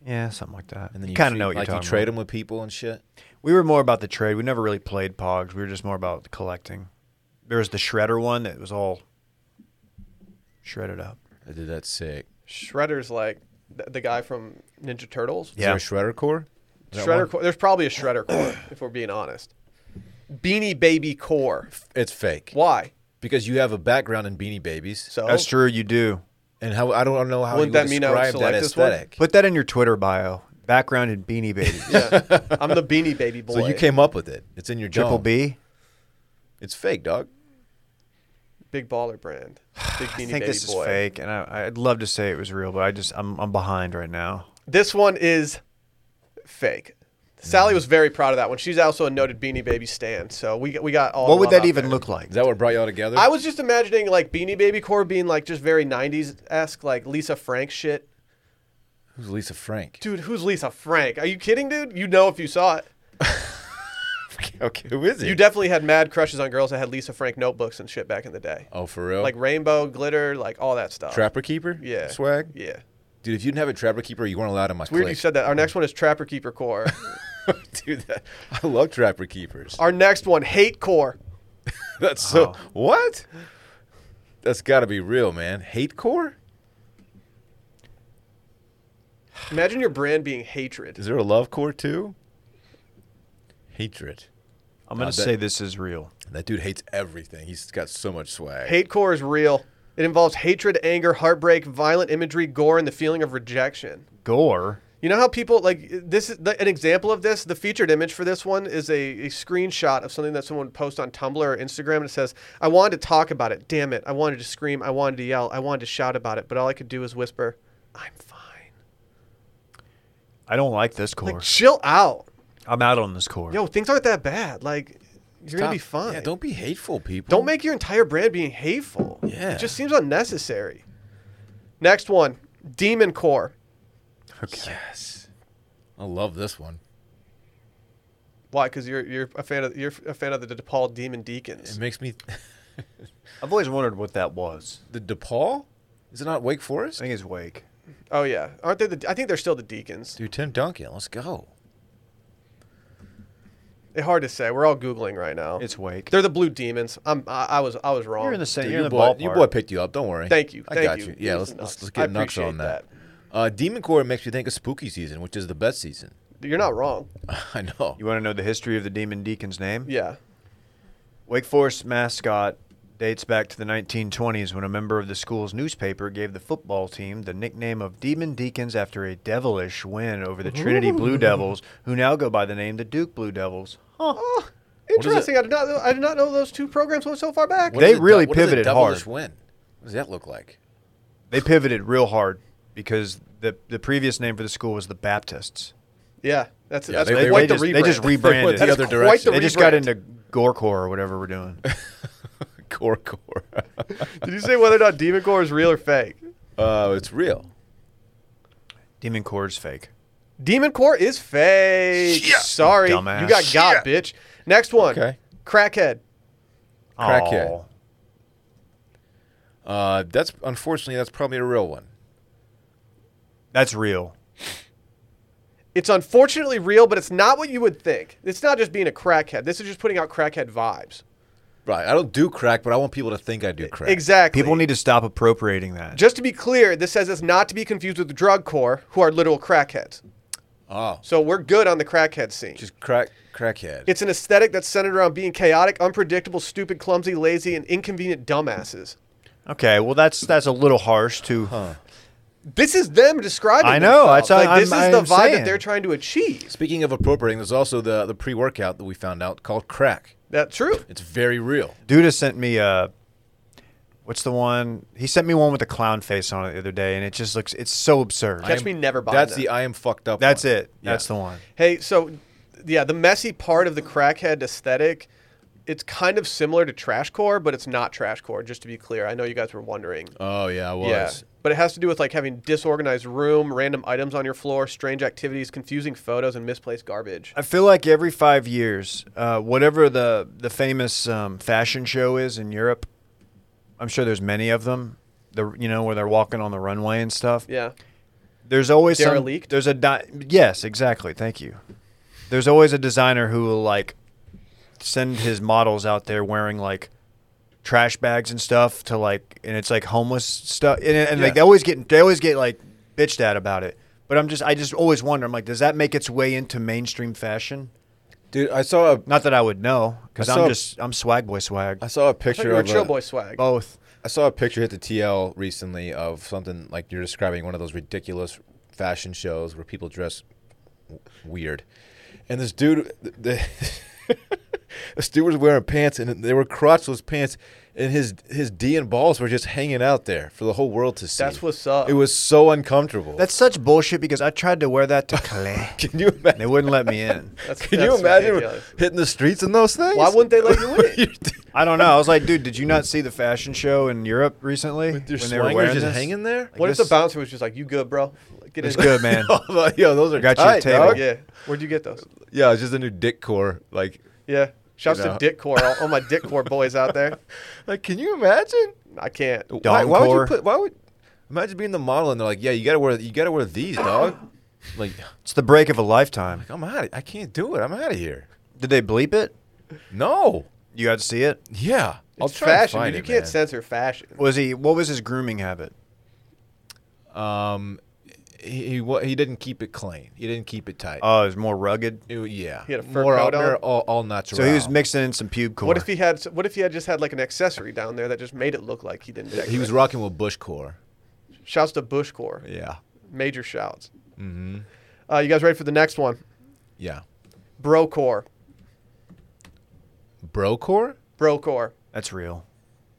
yeah, something like that. And And then then you, you kind of treat- know what like you're talking you trade about. them with people and shit. We were more about the trade. We never really played Pogs. We were just more about the collecting. There was the shredder one that was all shredded up. I did that sick. Shredder's like th- the guy from Ninja Turtles. Yeah. Is there a shredder core? Is that one? Shredder core. There's probably a shredder core, if we're being honest. Beanie Baby core. It's fake. Why? Because you have a background in Beanie Babies. So That's true. You do. and how I don't know how Wouldn't you that would mean I would describe that select this one? aesthetic. Put that in your Twitter bio. Background in Beanie Babies. yeah, I'm the Beanie Baby boy. So you came up with it. It's in your Triple dome. B. It's fake, dog. big baller brand. Big Beanie I think Baby this boy. is fake, and I, I'd love to say it was real, but I just I'm I'm behind right now. This one is fake. Sally was very proud of that one. She's also a noted Beanie Baby stan. So we we got all. What would of 'em that out even there. look like? Is that what brought y'all together? I was just imagining like Beanie Baby core being like just very '90s esque, like Lisa Frank shit. Who's Lisa Frank? Dude, who's Lisa Frank? Are you kidding, dude? You know if you saw it. okay, who is it? You definitely had mad crushes on girls that had Lisa Frank notebooks and shit back in the day. oh, for real? Like rainbow glitter, like all that stuff. Trapper Keeper? Yeah. Swag? Yeah. Dude, if you didn't have a Trapper Keeper, you weren't allowed in my Weird clique. you said that. Our next one is Trapper Keeper Core. Dude, that, I love Trapper Keepers. Our next one, Hate Core. That's so. Oh. What? That's got to be real, man. Hate core? Imagine your brand being hatred. Is there a love core too? Hatred. I'm gonna that- say this is real. That dude hates everything. He's got so much swag. Hate Core is real. It involves hatred, anger, heartbreak, violent imagery, gore, and the feeling of rejection. Gore. You know how people like this is the, an example of this. The featured image for this one is a, a screenshot of something that someone posts on Tumblr or Instagram, and it says, "I wanted to talk about it. Damn it! I wanted to scream. I wanted to yell. I wanted to shout about it, but all I could do was whisper, "I'm fine." I don't like this core. Like, chill out. I'm out on this core. Yo, things aren't that bad. Like, you're gonna be fine. Yeah, don't be hateful, people. Don't make your entire brand being hateful. Yeah. It just seems unnecessary. Next one Demon Core. okay. Yes. I love this one. Why? Because you're, you're, a fan of, you're a fan of the DePaul Demon It Deacons. makes me I've always wondered what that was. the DePaul. Is it not Wake I Forest? think it's Wake. Oh, yeah. Aren't they the. I think they're still the Deacons. Dude, Tim Duncan, let's go. It's hard to say. We're all Googling right now. It's Wake. they're the Blue Demons. I'm, I, I, was, I was wrong. You're in the same. Dude, You're your in the boy, ballpark. your boy picked you up. Don't worry. Thank you. I Thank got you. you. Here's Yeah, let's, the let's, nuts. let's I get nuts appreciate on that. Uh, Demon Core makes me think of spooky season, which is the best season. You're not wrong. I know. You want to know the history of the Demon Deacon's name? Yeah. Wake Forest mascot dates back to the 1920s when a member of the school's newspaper gave the football team the nickname of Demon Deacons after a devilish win over the Trinity Blue Devils, who now go by the name the Duke Blue Devils. Oh, is it- interesting. I did, not, I did not know those two programs went so far back. What They does a really du- what does a pivoted devilish hard. Win. What does that look like? They pivoted real hard because the the previous name for the school was the Baptists. Yeah, that's Yeah, that's they- They, they quite just, the rebrand. they just rebranded. the That is other quite direction. the they just got rebrand. into Gorecore or whatever we're doing. Core, core. Did you say whether or not Demon Core is real or fake? uh, it's real. Demon Core's fake. Demon Core is fake. Shit. Sorry, Dumbass. you got got, bitch. Next one, Okay. crackhead. Crackhead. Aw. Uh, that's unfortunately that's probably a real one. That's real. It's unfortunately real, but it's not what you would think. It's not just being a crackhead. This is just putting out crackhead vibes. Right. I don't do crack, but I want people to think I do crack. Exactly. People need to stop appropriating that. Just to be clear, this says it's not to be confused with the drug core, who are literal crackheads. Oh, So we're good on the crackhead scene. just crack, crackhead. It's an aesthetic that's centered around being chaotic, unpredictable, stupid, clumsy, lazy, and inconvenient dumbasses. Okay, well that's that's a little harsh to This is them describing. I know, themselves. that's- like, this I'm- is the I'm vibe that saying. they're trying to achieve. Speaking of appropriating, there's also the the pre workout that we found out called crack. That's true. It's very real. Duda sent me a what's the one? He sent me one with a clown face on it the other day and it just looks it's so absurd. Catch I am- me never buying That's that. the I am fucked up. that's one. it. Yeah. That's the one. Hey, so yeah, the messy part of the crackhead aesthetic, it's kind of similar to trash core, but it's not trash core. Just to be clear, I know you guys were wondering. Oh yeah, I was. Yeah, but it has to do with like having disorganized room, random items on your floor, strange activities, confusing photos, and misplaced garbage. I feel like every 5 years, uh, whatever the the famous um, fashion show is in Europe, I'm sure there's many of them. The you know where they're walking on the runway and stuff. Yeah. There's always some, Derelict? There's a di- yes, exactly. Thank you. There's always a designer who will like send his models out there wearing like trash bags and stuff to like, and it's like homeless stuff, and, and Yeah. like they always get they always get like bitched at about it. But I'm just I just always wonder. I'm like, does that make its way into mainstream fashion? Dude, I saw a Not that I would know, because I saw- I'm just I'm swag boy swag. I saw a I thought picture you were of chill a- boy swag. Oh, Both. I saw a picture hit the TL recently of something like you're describing one of those ridiculous fashion shows where people dress w- weird, and this dude, the, the this dude was wearing pants and they were crotchless pants, and his his D and balls were just hanging out there for the whole world to see. That's what's up. It was so uncomfortable. That's such bullshit because I tried to wear that to Calais. can you imagine? they wouldn't let me in. That's, Can that's you imagine ridiculous. hitting the streets in those things? Why wouldn't they let you in? I don't know. I was like, dude, did you not see the fashion show in Europe recently Your when they were swangers wearing just this? hanging there? Oh What if guess- the bouncer was just like, "You good, bro? Get It's in." good, man. Yo, those are Got you a tight, table. dog. yeah. Where'd you get those? Yeah, it's just a new dick core. Like, Yeah. Shouts You know. to Dick Core, all, all my Dick Core boys out there. like, can you imagine? I can't. Why, why would core. you put? Why would? Imagine being the model and they're like, yeah, you gotta wear, you gotta wear these, dog. like, It's the break of a lifetime. I'm out. I can't do it. I'm out of here. Did they bleep it? No. You got to see it. Yeah. I'll It's try and fashion, find dude. You it, can't man. censor fashion. Was he? What was his grooming habit? Um, he, he wa- he didn't keep it clean. He didn't keep it tight. Oh, it was more rugged. It- yeah. He had a fur More coat out there, on? all, all natural. So he was mixing in some pube core. What if he had? What if he had just had like an accessory down there that just made it look like he didn't? He decorate? was rocking with bush core. Shouts to Bush Core. Yeah. Mm-hmm. Major shouts. Uh, you guys ready for the next one? Yeah. Brocore. Brocore? Brocore. That's real.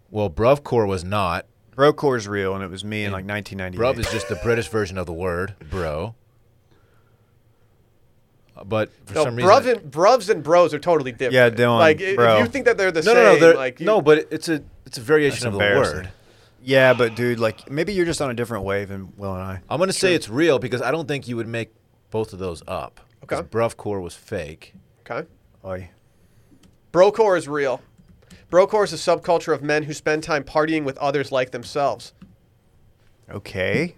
Well, Bruvcore was not. Brocore's real, and it was me in like 1998. Bruv is just the British version of the word bro. Uh, But for No, some bruv reason, and, bruvs and bros are totally different. Yeah, Dylan, Like, i- bro. if you think that they're the no, same, no, no, they're- like, you- no. But it's a it's a variation That's of the embarrassing. word. yeah, but dude, like maybe you're just on a different wave than Will and I. I'm gonna say it's real because I don't think you would make both of those up. Because Okay. Bruvcore was fake. Okay. Oy. Brocore is real. Brocore is a subculture of men who spend time partying with others like themselves. Okay.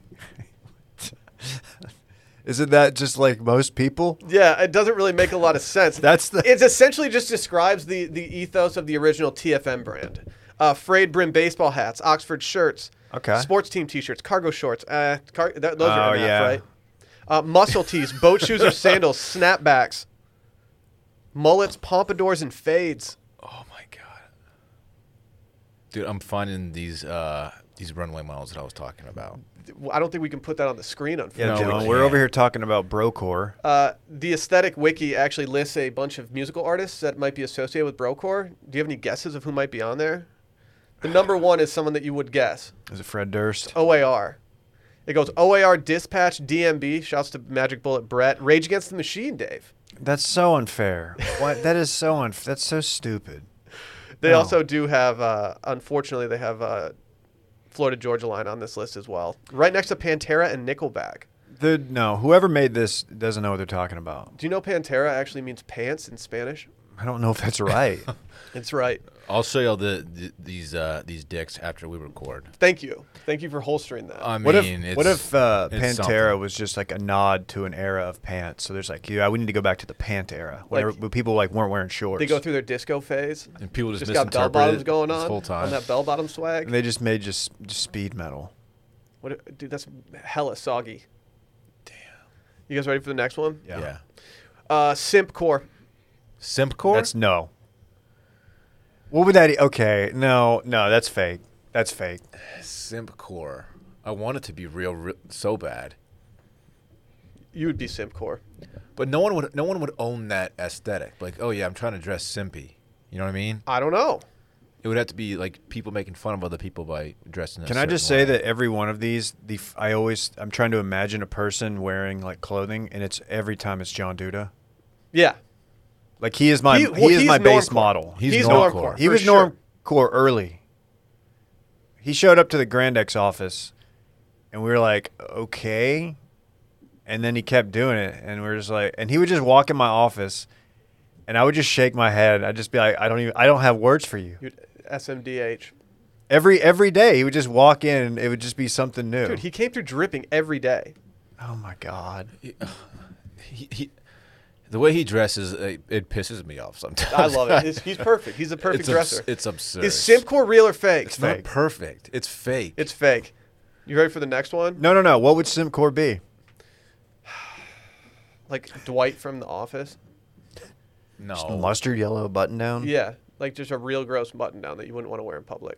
Isn't that just like most people? Yeah, it doesn't really make a lot of sense. That's the- It essentially just describes the the ethos of the original TFM brand. Uh, frayed brim baseball hats, Oxford shirts, Okay. sports team T-shirts, cargo shorts. Uh, car- th- those Oh, are enough, yeah. right? Uh, muscle tees, boat shoes or sandals, snapbacks, mullets, pompadours, and fades. Oh my god, dude! I'm finding these uh, these runway miles that I was talking about. I don't think we can put that on the screen, unfortunately. Yeah, No, we Dylan, can't. we are over here talking about brocore. Uh, the aesthetic wiki actually lists a bunch of musical artists that might be associated with brocore. Do you have any guesses of who might be on there? The number one is someone that you would guess. Is it Fred Durst? OAR. It goes OAR Dispatch DMB. Shouts to Magic Bullet Brett. Rage Against the Machine, Dave. That's so unfair. what? That is so unf That's so stupid. They No. also do have, uh, unfortunately, they have uh, Florida Georgia Line on this list as well. Right next to Pantera and Nickelback. The no, whoever made this doesn't know what they're talking about. Do you know Pantera actually means pants in Spanish? I don't know if that's right. It's right. I'll show y'all the, the these uh, these dicks after we record. Thank you. Thank you for holstering that. I mean, what if it's, what if uh, it's Pantera something. was just like a nod to an era of pants? So there's like, yeah, we need to go back to the pant era, where Like- where people like weren't wearing shorts. they go through their disco phase. and people just, just got bell misinterpret bottoms it going this on whole time? on that bell bottom swag. And they just made just, just speed metal. what, dude, that's hella soggy. Damn. You guys ready for the next one? yeah. Uh, simpcore. Simpcore. That's no. What would that? E- okay, no, no, that's fake. That's fake. Simpcore. I want it to be real, real so bad, You would be simpcore. but no one would no one would own that aesthetic. Like, oh yeah, I'm trying to dress simpy. You know what I mean? I don't know. It would have to be like people making fun of other people by dressing. a Can I just say certain way. that every one of these, the f- I always I'm trying to imagine a person wearing like clothing, and it's every time it's John Duda. Yeah. Like he is my he, He- well, is he's my base normcore. model. He's He's normcore. normcore. he for was sure. normcore early. He showed up to the Grand X office, and we were like, okay. And then he kept doing it, and we were just like, and he would just walk in my office, and I would just shake my head. I'd just be like, I don't even, I don't have words for you. You'd, SMDH. Every every day he would just walk in, and it would just be something new. Dude, he came through dripping every day. oh my god. he, he, the way he dresses, it, it pisses me off sometimes. I love it. It's, he's perfect. He's a perfect It's abs- dresser. it's absurd. Is simpcore real or fake? It's It's, not fake. perfect. It's fake. fake. You ready for the next one? No, no, no. What would Simcore be? Like Dwight from The Office. Just no. mustard yellow button down. Oh. Yeah. Like just a real gross button down that you wouldn't want to wear in public.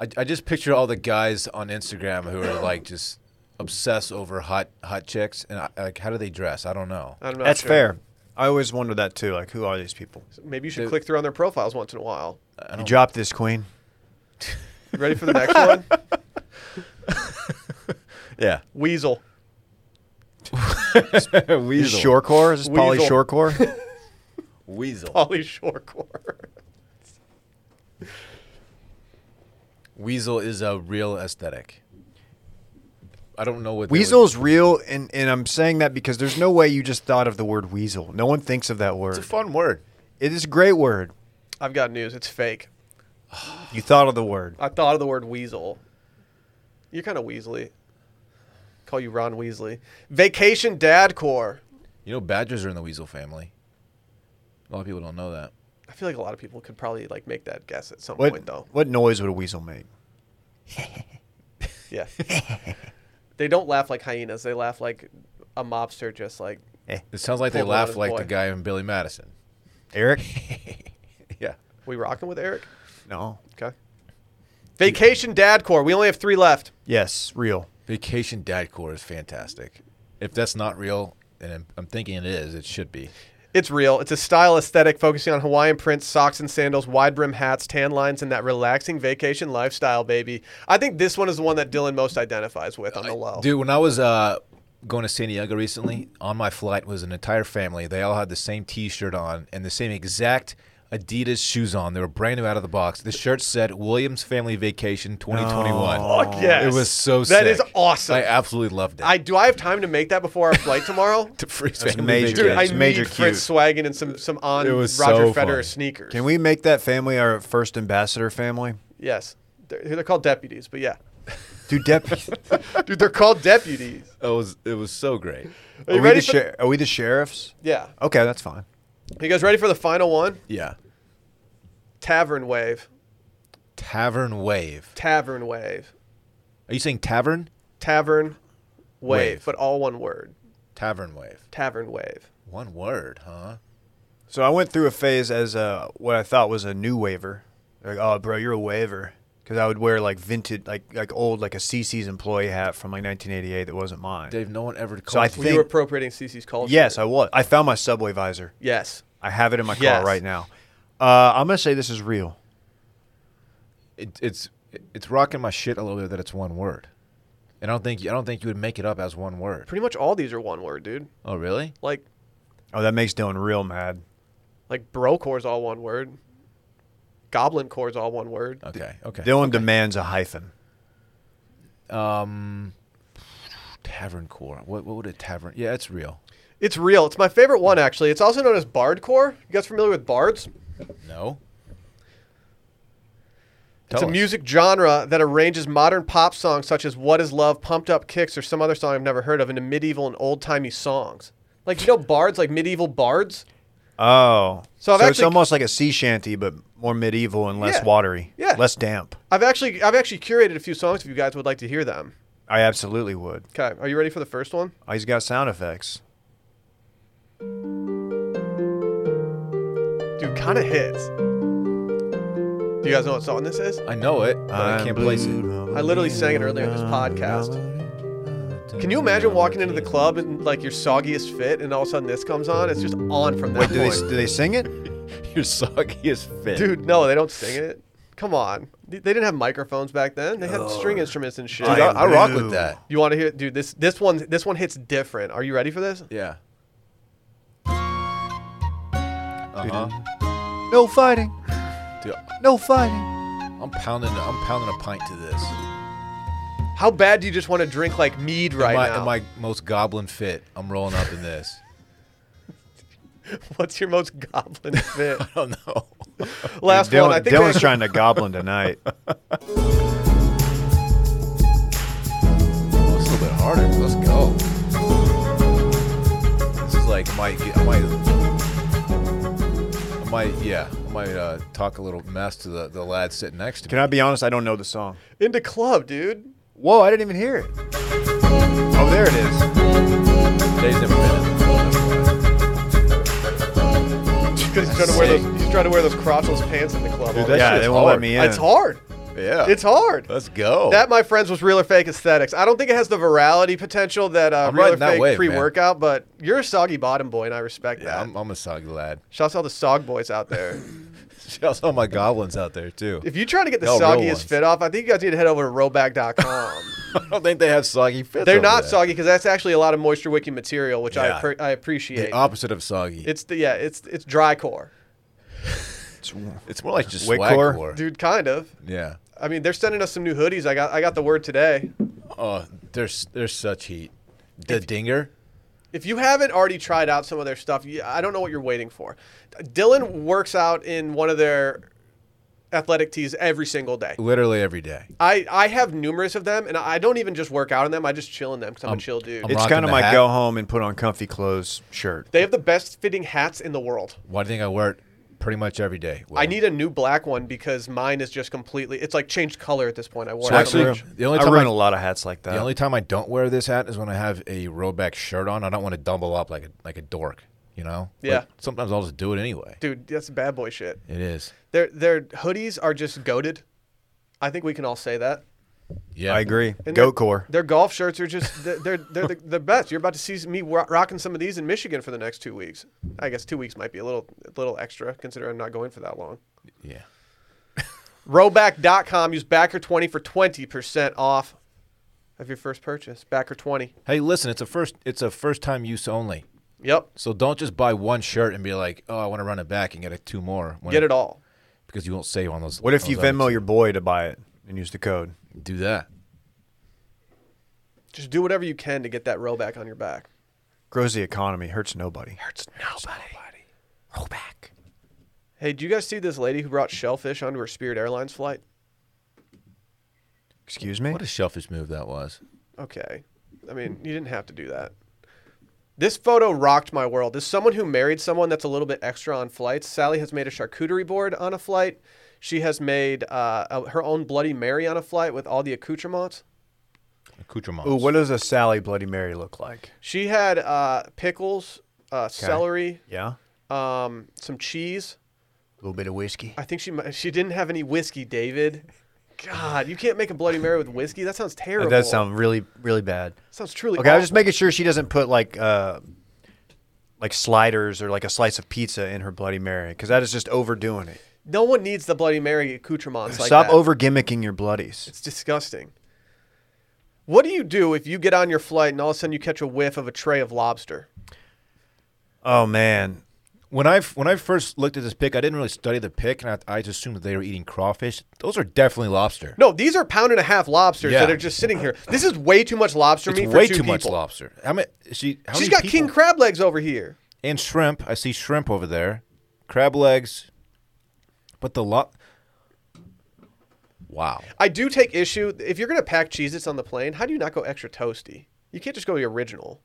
I, I just picture all the guys on Instagram who are like just obsessed over hot hot chicks and I, like how do they dress? I don't know. I'm not That's sure. fair. I always wonder that too. Like, who are these people? Maybe you should Dude. click through on their profiles once in a while. I You don't- dropped this queen. You ready for the next one? yeah. Weasel. Is Weasel. this Shorecore? Is this Polly Weasel. Shorecore? Weasel. Polly Shorecore. Weasel is a real aesthetic. I don't know what they would- Weasel's real, and, and I'm saying that because there's no way you just thought of the word weasel. No one thinks of that word. It's a fun word. it is a great word. I've got news. It's fake. You thought of the word. I thought of the word weasel. You're kind of weaselly. Call you Ron Weasley. Vacation dad core. You know badgers are in the weasel family. A lot of people don't know that. I feel like a lot of people could probably like make that guess at some What point though. what noise would a weasel make? Yeah. they don't laugh like hyenas. They laugh like a mobster just like It sounds like they Full laugh blooded like boy. the guy in Billy Madison. Eric? Yeah. we rocking with Eric. no. Okay. Vacation dad core. We only have 3 left. Yes, real. Vacation dad core is fantastic. If that's not real, and I'm, I'm thinking it is, it should be. It's real. It's a style aesthetic focusing on Hawaiian prints, socks and sandals, wide brim hats, tan lines, and that relaxing vacation lifestyle, baby. I think this one is the one that Dylan most identifies with on the low. Dude, when I was uh, going to San Diego recently, on my flight was an entire family. They all had the same T-shirt on and the same exact Adidas shoes on. They were brand new out of the box. The shirt said "Williams Family Vacation 2021." Fuck Oh, yes. oh, It was so sick. That is awesome. I absolutely loved it. I do I have time to make that before our flight tomorrow? to freeze family major. Dude, vacation. I It's major need Fritz Swaggin and some some on It Roger was so Federer fun. sneakers. Can we make that family our first ambassador family? Yes, they're, they're called deputies, but yeah, Dude, deputy. dude, they're called deputies. it was it was so great. Are you we ready the for- sher- are we the sheriffs? Yeah, Okay, that's fine. you guys ready for the final one? Yeah. Tavern wave, Tavern wave. tavern wave, Are you saying tavern? tavern wave, Wave. but all one word. Tavern wave. Tavern wave. One word, huh? So I went through a phase as uh, what I thought was a new waiver. Like, oh, bro, you're a waiver. Because I would wear like vintage, like like old, like a CC's employee hat from like 1988 that wasn't mine. Dave, no one ever called. I Were think- you appropriating CC's culture? Yes, I was. I found my subway visor. yes. I have it in my Yes. car right now. Uh, I'm gonna say this is real. it, it's it's rocking my shit a little bit that it's one word. And I don't think I don't think you would make it up as one word. Pretty much all these are one word, dude. Oh, really? Like Oh, that makes Dylan real mad. like brocore's all one word. Goblin core's all one word. Okay. Okay. Dylan demands a hyphen. Um, tavern core. What what would a tavern? Yeah, it's real. It's real. It's my favorite one actually. It's also known as bardcore. You guys familiar with bards? No. it's a music genre that arranges modern pop songs such as "What Is Love," "Pumped Up Kicks," or some other song I've never heard of into medieval and old timey songs. Like you know, bards like medieval bards. Oh, So I've it's actually- almost like a sea shanty, but more medieval and less Yeah. watery, Yeah. less damp. I've actually I've actually curated a few songs if you guys would like to hear them. I absolutely would. Okay, are you ready for the first one? Oh, he's got sound effects. Dude, kind of hits. Do you guys know what song this is? I know it, but I can't place it. I literally sang it earlier in this podcast. Can you imagine walking into the club and like your soggiest fit, and all of a sudden this comes on? It's just on from that Wait, do they, point. do they sing it? You're soggy as fit, Dude, no, they don't sing it. Come on, they they didn't have microphones back then. They had string instruments and shit. Dude, I, I rock with that. you want to hear, dude? This this one this one hits different. Are you ready for this? Yeah. Uh huh. No fighting, Dude, no fighting. I'm pounding. I'm pounding a pint to this. How bad do you just want to drink like mead right in my, now? in my most goblin fit, I'm rolling up in this. What's your most goblin fit? I don't know. Last Dylan, one, I think. Dylan's they- trying to goblin tonight. Well, it's a little bit harder. Let's go. This is like I might. Get, I might. I might. Yeah. I might uh, talk a little mess to the, the lad sitting next to me. Can I be honest? I don't know the song. into club, dude. Whoa, I didn't even hear it. Oh, there it is. Dave's never been in. Because he's trying to wear those he's trying to wear those crotchless pants in the club. all that Uh, the time. yeah, shit's they won't let hard. me in. It's hard. Yeah. It's hard. Let's go. That, my friends, was real or fake aesthetics. I don't think it has the virality potential that uh, I'm real or riding that fake wave, man. pre workout, but you're a soggy bottom boy, and I respect yeah, that. I'm, I'm a soggy lad. Shouts out the sog boys out there. Shouts all my goblins out there too. if you're trying to get the No, real soggiest ones. fit off, I think you guys need to head over to rowback.com. I don't think they have soggy fits. They're over not there. soggy because that's actually a lot of moisture wicking material, which I, Yeah. appre- I appreciate. The opposite of soggy. it's the yeah, it's it's dry core, It's- it's more like just Wick swag core? core. dude. Kind of. Yeah. I mean, they're sending us some new hoodies. I got I got the word today. Oh, there's there's such heat. The dinger. If you haven't already tried out some of their stuff, you, I don't know what you're waiting for. Dylan works out in one of their athletic tees every single day. Literally every day. I, I have numerous of them, and I don't even just work out in them. I just chill in them because I'm a chill dude. I'm It's rocking kind of the my hat. go home and put on comfy clothes shirt. they have the best fitting hats in the world. Why do you think I wear it pretty much every day? Will? I need a new black one because mine is just completely. It's like changed color at this point. I wore So it. actually- Actually, the only I time run I- a lot of hats like that. The only time I don't wear this hat is when I have a rowback shirt on. I don't want to double up like a like a dork, you know. Like, Yeah. sometimes I'll just do it anyway. dude, that's bad boy shit. It is. Their their hoodies are just goaded. I think we can all say that. Yeah, I agree. And Goat their- core. Their golf shirts are just they're they're, they're the, the best. You're about to see me ro- rocking some of these in Michigan for the next two weeks. I guess two weeks might be a little a little extra considering I'm not going for that long. Yeah. Rowback.com. Use backer20 for 20% off of your first purchase. Backer20. Hey, listen, it's a first it's a first time use only. Yep. So don't just buy one shirt and be like, oh, I want to run it back and get it two more. When- Get it all. because you won't save on those. What if those you items. Venmo your boy to buy it and use the code? Do that. Just do whatever you can to get that rowback on your back. Grows the economy, hurts nobody. Hurts nobody. Roll back. Hey, do you guys see this lady who brought shellfish onto her Spirit Airlines flight? Excuse me. What a shellfish move that was. Okay. I mean, you didn't have to do that. This photo rocked my world. As someone who married someone that's a little bit extra on flights, Sally has made a charcuterie board on a flight. She has made uh, a, her own Bloody Mary on a flight with all the accoutrements. Accoutrements. Ooh, what does a Sally Bloody Mary look like? She had uh, pickles, uh, celery, Yeah. um, some cheese. A little bit of whiskey. I think she mi- she didn't have any whiskey, David. God, you can't make a Bloody Mary with whiskey. That sounds That terrible. does sound really, really bad. sounds truly Okay, I was just awful. making sure she doesn't put like uh like sliders or like a slice of pizza in her Bloody Mary because that is just overdoing it. No one needs the Bloody Mary accoutrements like Stop that. over gimmicking your bloodies. It's disgusting. What do you do if you get on your flight and all of a sudden you catch a whiff of a tray of lobster? Oh man, When I when I first looked at this pic, I didn't really study the pic, and I, I just assumed that they were eating crawfish. Those are definitely lobster. No, these are pound and a half lobsters that Yeah. are just sitting here. This is way too much lobster it's meat way for two too much people. lobster. How many? She how She's got many people? king crab legs over here. and shrimp. I see shrimp over there, crab legs, but the lot. Wow. I do take issue if you're gonna pack Cheez-Its on the plane. How do you not go extra toasty? You can't just go the original.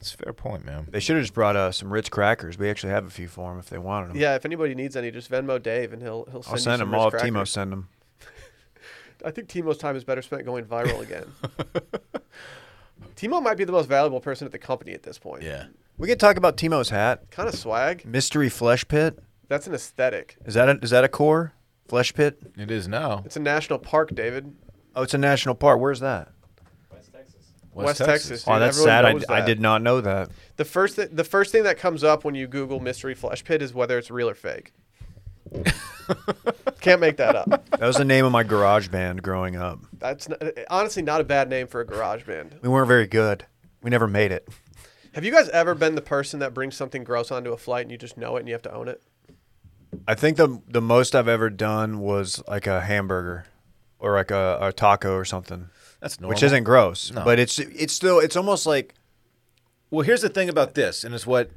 It's a fair point, man. they should have just brought uh, some Ritz crackers. We actually have a few for them if they wanted them. Yeah, if anybody needs any, just Venmo Dave and he'll he'll send I'll you send some them. I'll have Ritz Timo crackers. send them. I think Timo's time is better spent going viral again. Timo might be the most valuable person at the company at this point. Yeah. We can talk about Timo's hat, Kind of swag. mystery flesh pit. That's an aesthetic. Is that a, is that a core flesh pit? It is now. It's a national park, David. Oh, it's a national park. Where's that? West Texas. Oh, Dude, that's everyone sad. I, knows I that. did not know that. The first th- the first thing that comes up when you Google mystery flesh pit is whether it's real or fake. Can't make that up. That was the name of my garage band growing up. That's not, honestly not a bad name for a garage band. We weren't very good. We never made it. Have you guys ever been the person that brings something gross onto a flight and you just know it and you have to own it? I think the the most I've ever done was like a hamburger or like a, a taco or something. That's Which normal. isn't gross, No. but it's it's still it's almost like Well, here's the thing about this, and it's what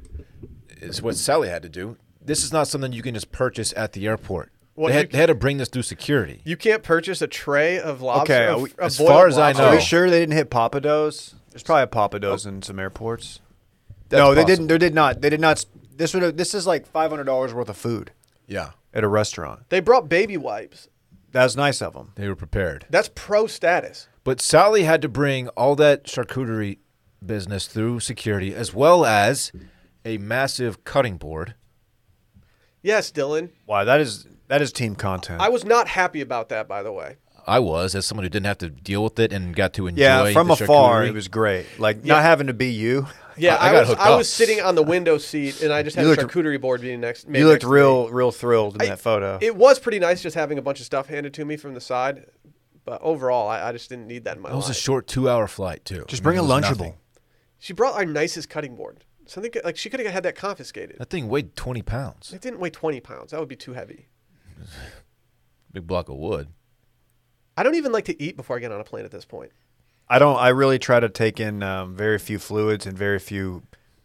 it's what Sally had to do. This is not something you can just purchase at the airport. Well, they, you- had, they had to bring this through security. You can't purchase a tray of lobster. Okay, of- are we- of as boiled far as I lobster. Are know- we Oh. sure they didn't hit Papados? There's probably a Papados in some airports. That's no, they possible. didn't. They did not. They did not. s- This would. have- This is like five hundred dollars worth of food Yeah, at a restaurant. they brought baby wipes. That was nice of them. they were prepared. That's pro status. But Sally had to bring all that charcuterie business through security, as well as a massive cutting board. Yes, Dylan. Wow, that is that is team content. I was not happy about that, by the way. I was, as someone who didn't have to deal with it and got to enjoy. yeah, from the afar charcuterie. it was great. Like Yeah. not having to be you. Yeah, I- I I, got was, hooked I up. was sitting on the window seat, and I just had You a looked- charcuterie board being next. made You looked next to me. real, real thrilled in I- that photo. It was pretty nice just having a bunch of stuff handed to me from the side, but overall, I, I just didn't need that in my That was a life. short two-hour flight too. Just I mean, bring a it was Lunchable. nothing. she brought our nicest cutting board. Something c- like she could have had that confiscated. That thing weighed twenty pounds. It didn't weigh twenty pounds. That would be too heavy. Big block of wood. I don't even like to eat before I get on a plane at this point. I don't. I really try to take in um, very few fluids and very few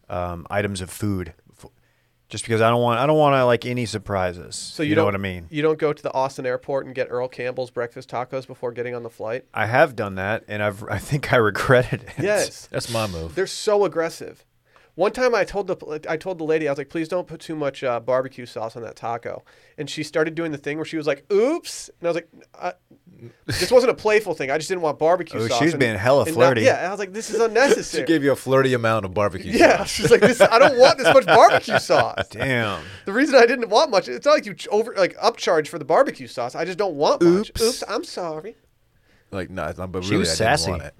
um, items of food, f- just because I don't want. I don't want to like any surprises. So So you, you, know don't- what I mean. You don't go to the Austin airport and get Earl Campbell's breakfast tacos before getting on the flight. I have done that, and I've. I think I regretted it. Yes, That's my move. they're so aggressive. One time I told the I told the lady I was like, please don't put too much uh, barbecue sauce on that taco, and she started doing the thing where she was like, oops, and I was like, I, this wasn't a playful thing. I just didn't want barbecue Oh, sauce. she was and- being hella and not- flirty. yeah, and I was like, this is unnecessary. She gave you a flirty amount of barbecue. yeah, sauce. she's like, this, I don't want this much barbecue sauce. Damn. The reason I didn't want much, it's not like you ch- over like upcharge for the barbecue sauce. I just don't want much. Oops. Oops, I'm sorry. like no, but really She I was didn't sassy. want it.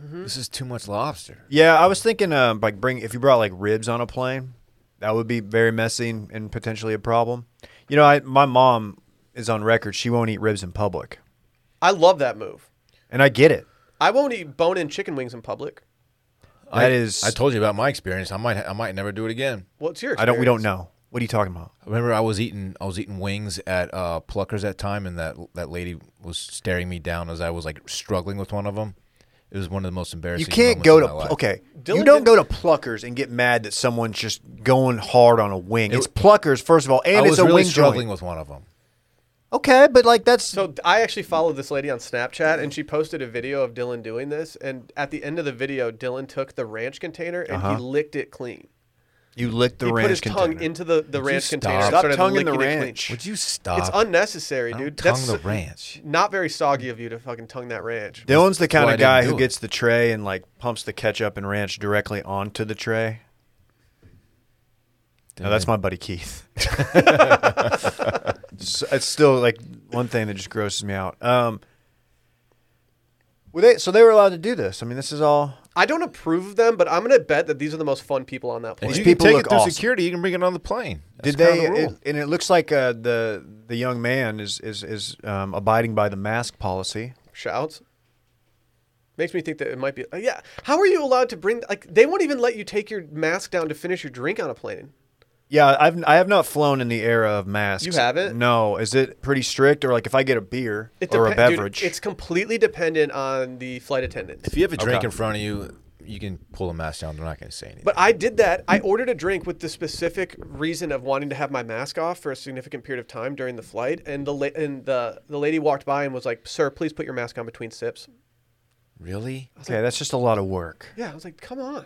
This is too much lobster. Yeah, I was thinking uh, like bring if you brought like ribs on a plane, that would be very messy and, and potentially a problem. You know, I, my mom is on record; she won't eat ribs in public, I love that move. and I get it. I won't eat bone-in chicken wings in public. That I, is- I told you about my experience. I might I might never do it again. What's your? I don't. We don't experience? know. What are you talking about? I remember I was eating I was eating wings at uh, Pluckers that time, and that that lady was staring me down as I was like struggling with one of them. It was one of the most embarrassing. You can't moments go of to my pl- life. okay. Dylan you don't did- go to Pluckers and get mad that someone's just going hard on a wing. it's Pluckers first of all, I and was it's a really wing struggling joint. with one of them. Okay, but like that's So I actually followed this lady on Snapchat, and she posted a video of Dylan doing this. And at the end of the video, Dylan took the ranch container and Uh-huh. he licked it clean. you licked the he ranch put his container. tongue into the, the Would you ranch container. and stop? Stop started tonguing the licking it clean. ranch. Would you stop? It's unnecessary, Don't dude. tongue That's the ranch. Not very soggy of you to fucking tongue that ranch. Dylan's the kind why I of didn't guy do who it. gets the tray and like pumps the ketchup and ranch directly onto the tray. No, that's my buddy Keith. So it's still like one thing that just grosses me out. Um, were they so they were allowed to do this? I mean, this is all. I don't approve of them, but I'm gonna bet that these are the most fun people on that If plane. These you can people take look it through awesome. security. You can bring it on the plane. That's Did they? kinda the rule. it- and it looks like uh, the the young man is is is um, abiding by the mask policy. Shouts. Makes me think that it might be. uh, yeah. How are you allowed to bring? Like, they won't even let you take your mask down to finish your drink on a plane. Yeah, I've I have not flown in the era of masks. You haven't? No. Is it pretty strict, or like if I get a beer It or a depen- dude, beverage? it's completely dependent on the flight attendants. If you have a drink Okay. in front of you, you can pull a mask down. They're not going to say anything. But I did that. I ordered a drink with the specific reason of wanting to have my mask off for a significant period of time during the flight, and the la- and the the lady walked by and was like, "Sir, please put your mask on between sips." really, okay, that's just a lot of work. Yeah, I was like, "Come on."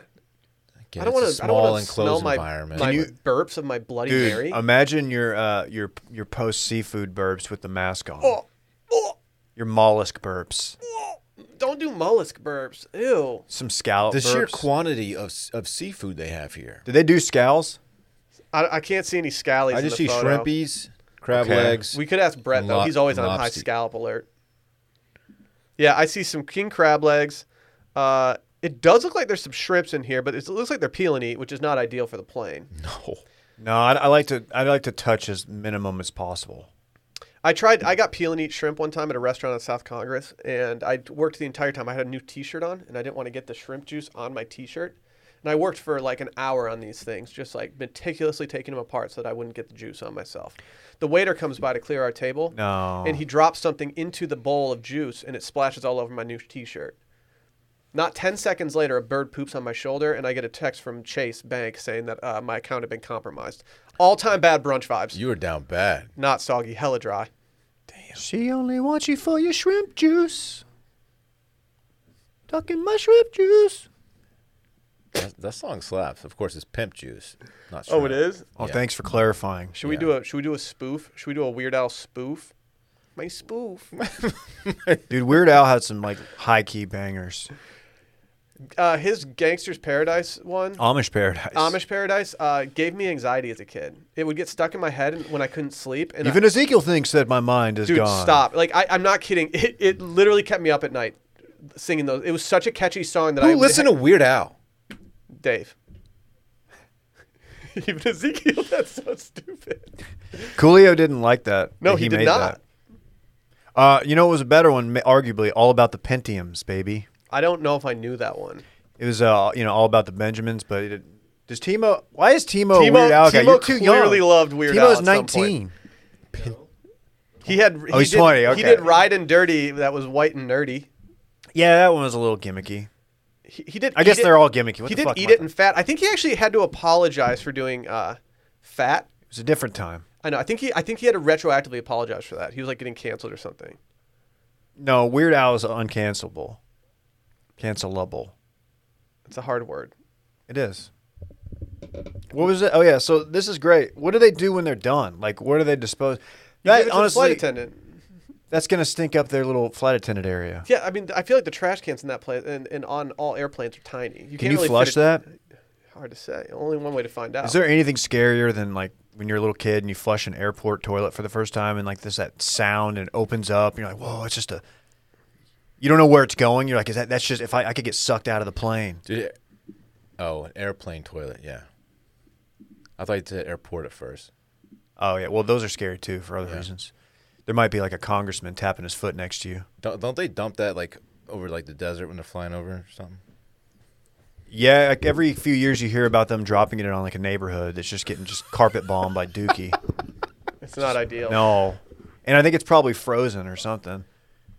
Again, I don't it's a want to. I don't small want to smell enclosed my, environment. my Can you- um burps of my Bloody Dude, Mary. imagine your uh, your your post seafood burps with the mask on. oh, oh, Your mollusk burps, oh. Don't do mollusk burps. Ew. some scallop the sheer burps. quantity of of seafood they have here. Do they do scallops? I, I can't see any scallies. I in just the see photo. shrimpies, crab Okay. legs. We could ask Brett though. Lo- He's always on high lobster. scallop alert. Yeah, I see some king crab legs. Uh, it does look like there's some shrimps in here, but it's- it looks like they're peel and eat, which is not ideal for the plane. no. No, I, I like to I like to touch as minimum as possible. I tried. I got peel and eat shrimp one time at a restaurant on South Congress, and I worked the entire time. I had a new T-shirt on, and I didn't want to get the shrimp juice on my T-shirt. And I worked for like an hour on these things, just like meticulously taking them apart so that I wouldn't get the juice on myself. The waiter comes by to clear our table, No. and he drops something into the bowl of juice, and it splashes all over my new T-shirt. Not ten seconds later, a bird poops on my shoulder, and I get a text from Chase Bank saying that uh, my account had been compromised. All-time bad brunch vibes. You were down bad. Not soggy, hella dry. She only wants you for your shrimp juice. Ducking my shrimp juice. That, that song slaps. Of course, it's pimp juice. Not Oh, shrimp. it is. Oh, Yeah. thanks for clarifying. Should we do a Should we do a spoof? Should we do a Weird Al spoof? My spoof. Dude, Weird Al had some like high key bangers. uh, his Gangster's Paradise one, Amish Paradise. Amish Paradise, uh, gave me anxiety as a kid. It would get stuck in my head and- when I couldn't sleep. And Even I, Ezekiel thinks that my mind is dude, gone. stop! Like I, I'm not kidding. It, it literally kept me up at night singing those. It was such a catchy song that I Who listen to Weird Al? Dave. Even Ezekiel, that's so stupid. Coolio didn't like that. No, that he, made did not. that. Uh, you know, it was a better one, ma- arguably, all about the Pentiums, baby. I don't know if I knew that one. It was, uh, you know, all about the Benjamins. But it, does Timo? Why is Timo, Timo- a Weird Al guy? Timo You're too young. clearly loved Weird Al Timo's at some point. nineteen. He had. he Oh, he's did, 20, He okay. did Ride and Dirty. That was white and nerdy. Yeah, that one was a little gimmicky. he, he did. I eat guess it- they're all gimmicky. What he the did fuck eat am I it and fat. I think he actually had to apologize for doing uh, fat. It was a different time. I know. I think he. I think he had to retroactively apologize for that. He was like getting canceled or something. No, Weird Al is uncancelable, cancelable. It's a hard word. It is. What was it? Oh yeah. So this is great. What do they do when they're done? Like, where do they dispose? You give That it to the flight honestly, attendant. that's gonna stink up their little flight attendant area. Yeah, I mean, I feel like the trash cans in that place and, and on all airplanes are tiny. You Can can't you really fit flush it- that? Hard to say. Only one way to find out. Is there anything scarier than like when you're a little kid and you flush an airport toilet for the first time and like there's that sound and it opens up and you're like, whoa, it's just a You don't know where it's going. You're like, is that that's just if I, I could get sucked out of the plane. Did it? Oh, an airplane toilet. Yeah. I thought you said airport at first. Oh yeah. Well, those are scary too for other reasons. There might be like a congressman tapping his foot next to you. Don't, don't they dump that like over like the desert when they're flying over or something? Yeah, like every few years you hear about them dropping it on like a neighborhood that's just getting just carpet bombed by Dookie. It's not ideal. No, and I think it's probably frozen or something.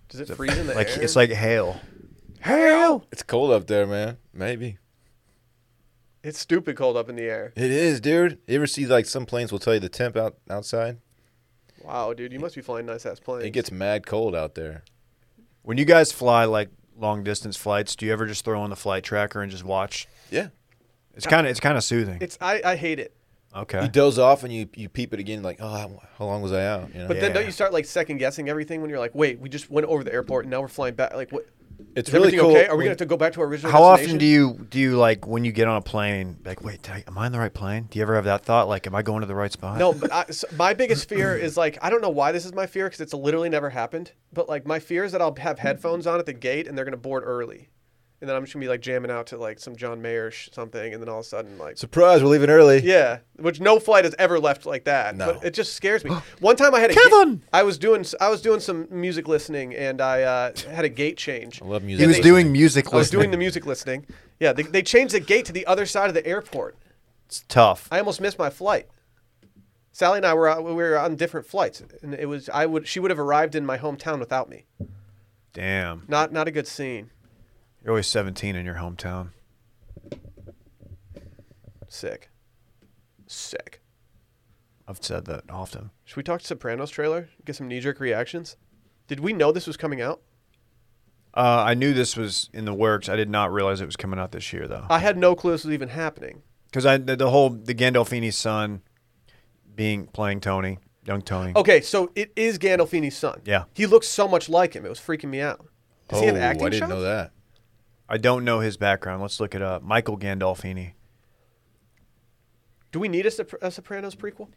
Does it freeze in the Like air? it's like hail. Hail. It's cold up there, man. Maybe. it's stupid cold up in the air. It is, dude. You ever see like some planes will tell you the temp out outside? Wow, dude, you must be flying nice ass planes. It gets mad cold out there. When you guys fly like long distance flights, do you ever just throw on the flight tracker and just watch? Yeah. It's kind of it's kind of soothing. It's I, I hate it. okay. You doze off and you, you peep it again like, oh, how long was I out? You know? But then don't Yeah. you start like second guessing everything when you're like, wait, we just went over the airport and now we're flying back. Like, what? it's Is really everything cool. okay? Are we when- gonna have to go back to our original? How often destination? do you do you like when you get on a plane? Like, wait, did I, am I in the right plane? Do you ever have that thought? Like, am I going to the right spot? No, but I, so my biggest fear is like I don't know why this is my fear because it's literally never happened. But like my fear is that I'll have headphones on at the gate and they're gonna board early, and then I'm just gonna be like jamming out to like some John Mayer sh- something, and then all of a sudden like Surprise, we're leaving early. yeah, which no flight has ever left like that. No. But it just scares me. One time I had a Kevin! ga- I was doing I was doing some music listening and I uh, had a gate change. I love music. He was listening. doing music. I was doing the listening. music listening. Yeah, they, they changed the gate to the other side of the airport. It's tough. I almost missed my flight. Sally and I were out, we were on different flights, and it was I would she would have arrived in my hometown without me. Damn, Not not a good scene. you're always 17 in your hometown. Sick, sick. I've said that often. Should we talk Sopranos trailer? Get some knee jerk reactions. Did we know this was coming out? Uh, I knew this was in the works. I did not realize it was coming out this year though, I had no clue this was even happening. because I the, the whole the Gandolfini son being playing Tony, young Tony. Oh. Okay, so it is Gandolfini's son. Yeah. he looks so much like him. It was freaking me out. Does oh, he have acting I didn't chops? know that. I don't know his background. Let's look it up. Michael Gandolfini. Do we need a, Sopr- a Sopranos prequel?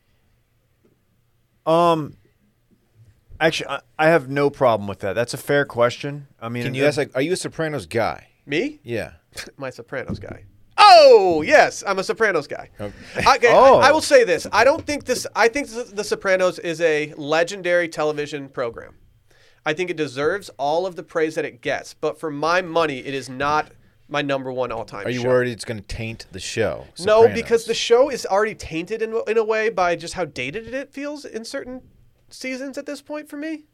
Um, actually, I, I have no problem with that. That's a fair question. I mean, Can you ask like, are you a Sopranos guy? Me? Yeah. my Sopranos guy. Oh yes, I'm a Sopranos guy. Okay, I- Oh. I, will say this: I don't think this. I think th- the Sopranos is a legendary television program. I think it deserves all of the praise that it gets, but for my money, it is not my number one all-time. Are you show. worried it's going to taint the show? No, because the Sopranos. show is already tainted in, in a way by just how dated it feels in certain seasons at this point for me.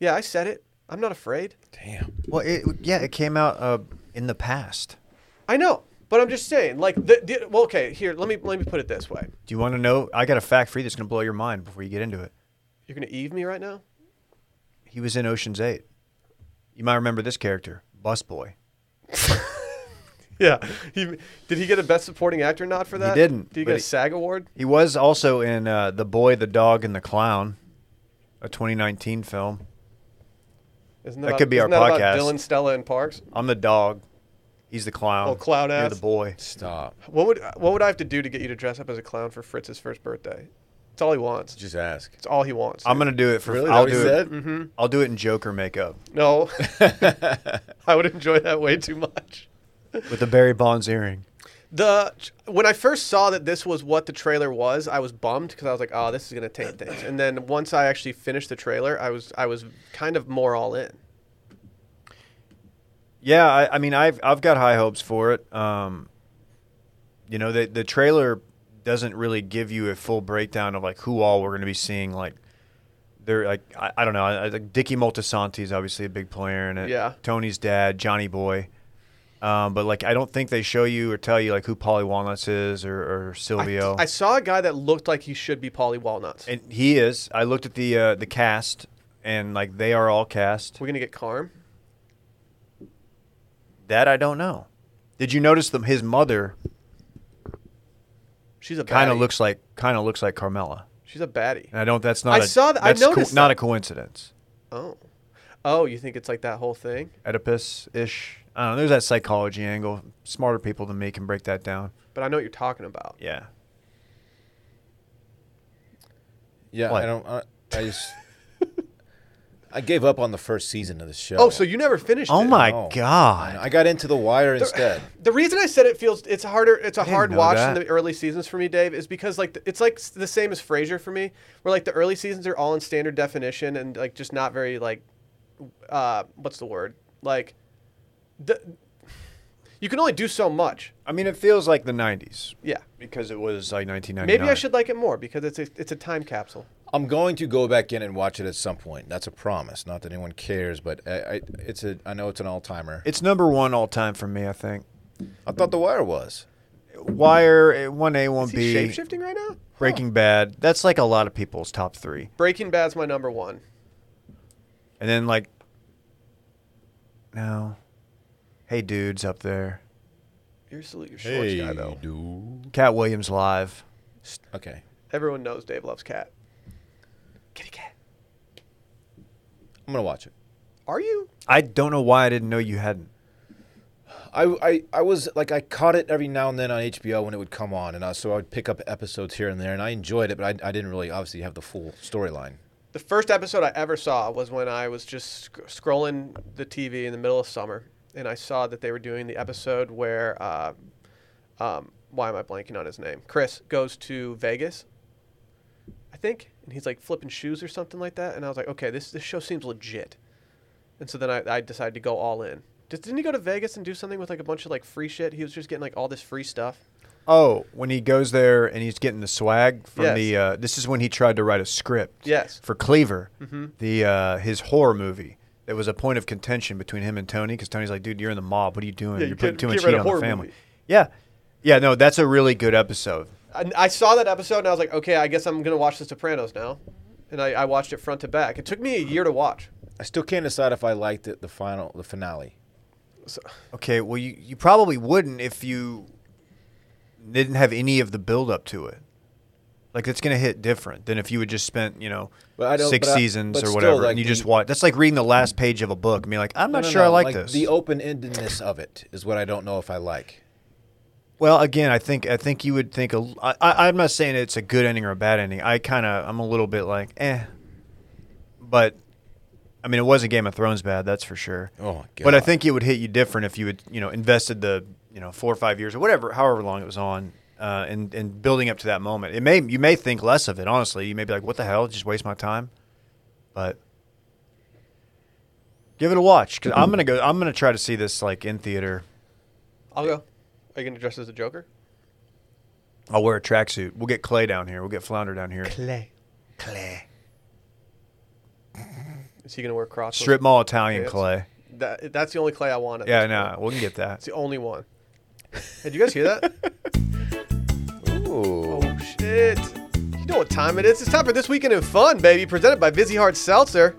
Yeah, I said it. I'm not afraid. Damn. well, it, yeah, it came out uh, in the past. I know, but I'm just saying. Like, the, the, well, okay. Here, let me let me put it this way. Do you want to know? I got a fact for you that's going to blow your mind before you get into it. You're gonna Eve me right now? He was in Ocean's Eight. You might remember this character, Busboy. Yeah. He did he get a best supporting actor nod for that? didn't, Did he but get a he- SAG award? He was also in uh, The Boy, the Dog, and the Clown, a 2019 film. Isn't that could be our isn't that podcast. About Dylan, Stella, and Parks. I'm the dog. He's the clown. Oh, clown You're ass. the boy. Stop. What would what would I have to do to get you to dress up as a clown for Fritz's first birthday? It's all he wants. Just ask. It's all he wants. I'm gonna do it for. Really? I'll That do what he it. said? Mm. I'll do it in Joker makeup no. I would enjoy that way too much. with the Barry Bonds earring. The when I first saw that this was what the trailer was, I was bummed because I was like, "Oh, this is gonna taint things." And then once I actually finished the trailer, I was I was kind of more all in. Yeah, I, I mean, I've I've got high hopes for it. Um, you know, the the trailer doesn't really give you a full breakdown of like who all we're going to be seeing. Like, they're like I, I don't know. I, I think Dicky Moltisanti is obviously a big player in it. Yeah. Tony's dad, Johnny Boy. Um, but like, I don't think they show you or tell you like who Polly Walnuts is or, or Silvio. I saw a guy that looked like he should be Polly Walnuts. Oh. and he is. I looked at the uh, the cast, and like they are all cast. We're gonna get Carm. That I don't know. Did you notice them? His mother She's a kind of baddie. looks like kind of looks like Carmela. She's a baddie. And I don't. That's not. I a- saw that- I that's co- noticed not that. a coincidence. Oh, oh, you think it's like that whole thing? Oedipus ish. I don't know. There's that psychology angle. Smarter people than me can break that down. But I know what you're talking about. Yeah. Yeah, What? I don't. I, I just. I gave up on the first season of the show. Oh, so you never finished Oh it. my Oh, god. I got into The Wire instead. The reason I said it feels it's harder, it's a hard know watch that. in the early seasons for me, Dave, is because like the, it's like s- the same as Frasier for me, where like the early seasons are all in standard definition and like just not very like, uh, what's the word? Like, the you can only do so much. I mean, it feels like the 90s Yeah, because it was like 1999. maybe I should like it more because it's a it's a time capsule. I'm going to go back in and watch it at some point. That's a promise. Not that anyone cares, but I, I it's a I know it's an all timer. It's number one all time for me, I think. I thought The Wire was. Wire, eh, one A, one Is he B, shape shifting right now? Breaking Bad. That's like a lot of people's top three. Breaking Bad's my number one. And then like, no, Hey Dude's up there. You're salute your shorts guy though. dude. Cat Williams live. Okay. Everyone knows Dave loves cat. Kitty cat. I'm gonna watch it. Are you? I don't know why I didn't know you hadn't. I, I, I was like I caught it every now and then on HBO when it would come on, and I, so I would pick up episodes here and there, and I enjoyed it, but I, I didn't really obviously have the full storyline. The first episode I ever saw was when I was just sc- scrolling the TV in the middle of summer, and I saw that they were doing the episode where, uh, um, why am I blanking on his name? Chris goes to Vegas, I think, and he's like flipping shoes or something like that. And I was like, okay, this this show seems legit. And so then I, I decided to go all in. Just, didn't he go to Vegas and do something with like a bunch of like free shit? He was just getting like all this free stuff. Oh, when he goes there and he's getting the swag from Yes. the. Uh, this is when he tried to write a script. Yes. Mm-hmm. For Cleaver, the uh, his horror movie. That was a point of contention between him and Tony because Tony's like, "Dude, you're in the mob. What are you doing? Yeah, you're you putting can't- too you much can't write heat a on the horror family." movie. Yeah, yeah. No, that's a really good episode. I, I saw that episode and I was like, okay, I guess I'm gonna watch The Sopranos now, and I, I watched it front to back. It took me a year to watch. I still can't decide if I liked it, the final, the finale. So, Okay, well, you you probably wouldn't if you didn't have any of the build up to it. Like it's gonna hit different than if you had just spent you know But I don't- six but I- seasons but or still, whatever, like, and you the- just watch. That's like reading the last page of a book and being like, "I'm not No, no, sure I no, like, this." The open endedness of it is what I don't know if I like. Well, again, I think I think you would think a. l- I, I, am not saying it's a good ending or a bad ending. I kind of I'm a little bit like eh, but I mean it wasn't Game of Thrones bad, that's for sure. Oh, my But I God. think it would hit you different if you had you know invested the you know four or five years or whatever, however long it was on, uh, and and building up to that moment. It may you may think less of it. Honestly, you may be like, what the hell, just waste my time, but. Give it a watch because I'm gonna go. I'm gonna try to see this like in theater. I'll go. Are you gonna dress as the Joker? I'll wear a tracksuit. We'll get Clay down here. We'll get Flounder down here. Clay. Clay. Is he gonna wear cross? Strip mall Italian clay. That, that's the only clay I want. at Yeah, this no, point. we can get It's that. the only one. Hey, did you guys hear that? Ooh. oh shit! You know what time it is? It's time for this weekend in fun, baby. Presented by Vizzy Hard Seltzer.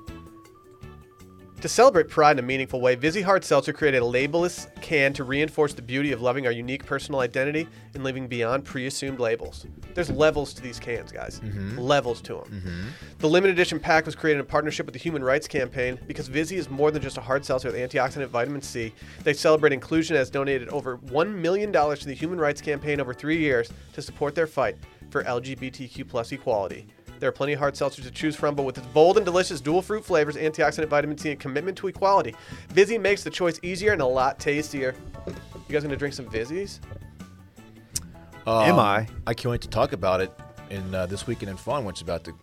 To celebrate pride in a meaningful way, Vizzy Hard Seltzer created a labelless can to reinforce the beauty of loving our unique personal identity and living beyond pre assumed labels. There's levels to these cans, guys. Levels to them. The limited edition pack was created in partnership with the Human Rights Campaign because Vizzy is more than just a hard seltzer with antioxidant vitamin C. They celebrate inclusion and has donated over $1 million to the Human Rights Campaign over three years to support their fight for LGBTQ plus equality. There are plenty of hard seltzers to choose from, but with its bold and delicious dual fruit flavors, antioxidant vitamin C, and commitment to equality, Vizzy makes the choice easier and a lot tastier. You guys gonna drink some Vizzies? Um, Am I? I can't wait to talk about it in uh, this weekend in fun, which is about to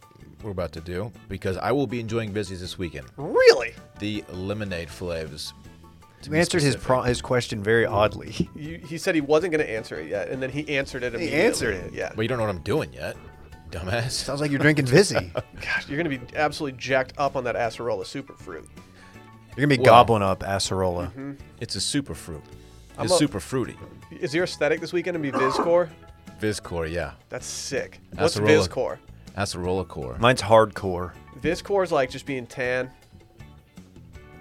we're about to do because I will be enjoying busies this weekend. Really? The lemonade flavors. to You be answered his specific. pro- his question very oddly. You, he said he wasn't gonna answer it yet, and then he answered it. Immediately. answered it. Yeah. Well, you don't know what I'm doing yet, dumbass. Sounds like you're drinking Vizzy. You're Gosh, you're gonna be absolutely jacked up on that acerola superfruit. gonna be Well. mm-hmm. gobbling up acerola. It's a super fruit. It's a- super fruity. Is your aesthetic this weekend gonna be Vizcore? Viscor, yeah. That's sick. What's Acerola. Vizcore? Acerola core. Mine's hardcore. Vizcore is like just being tan,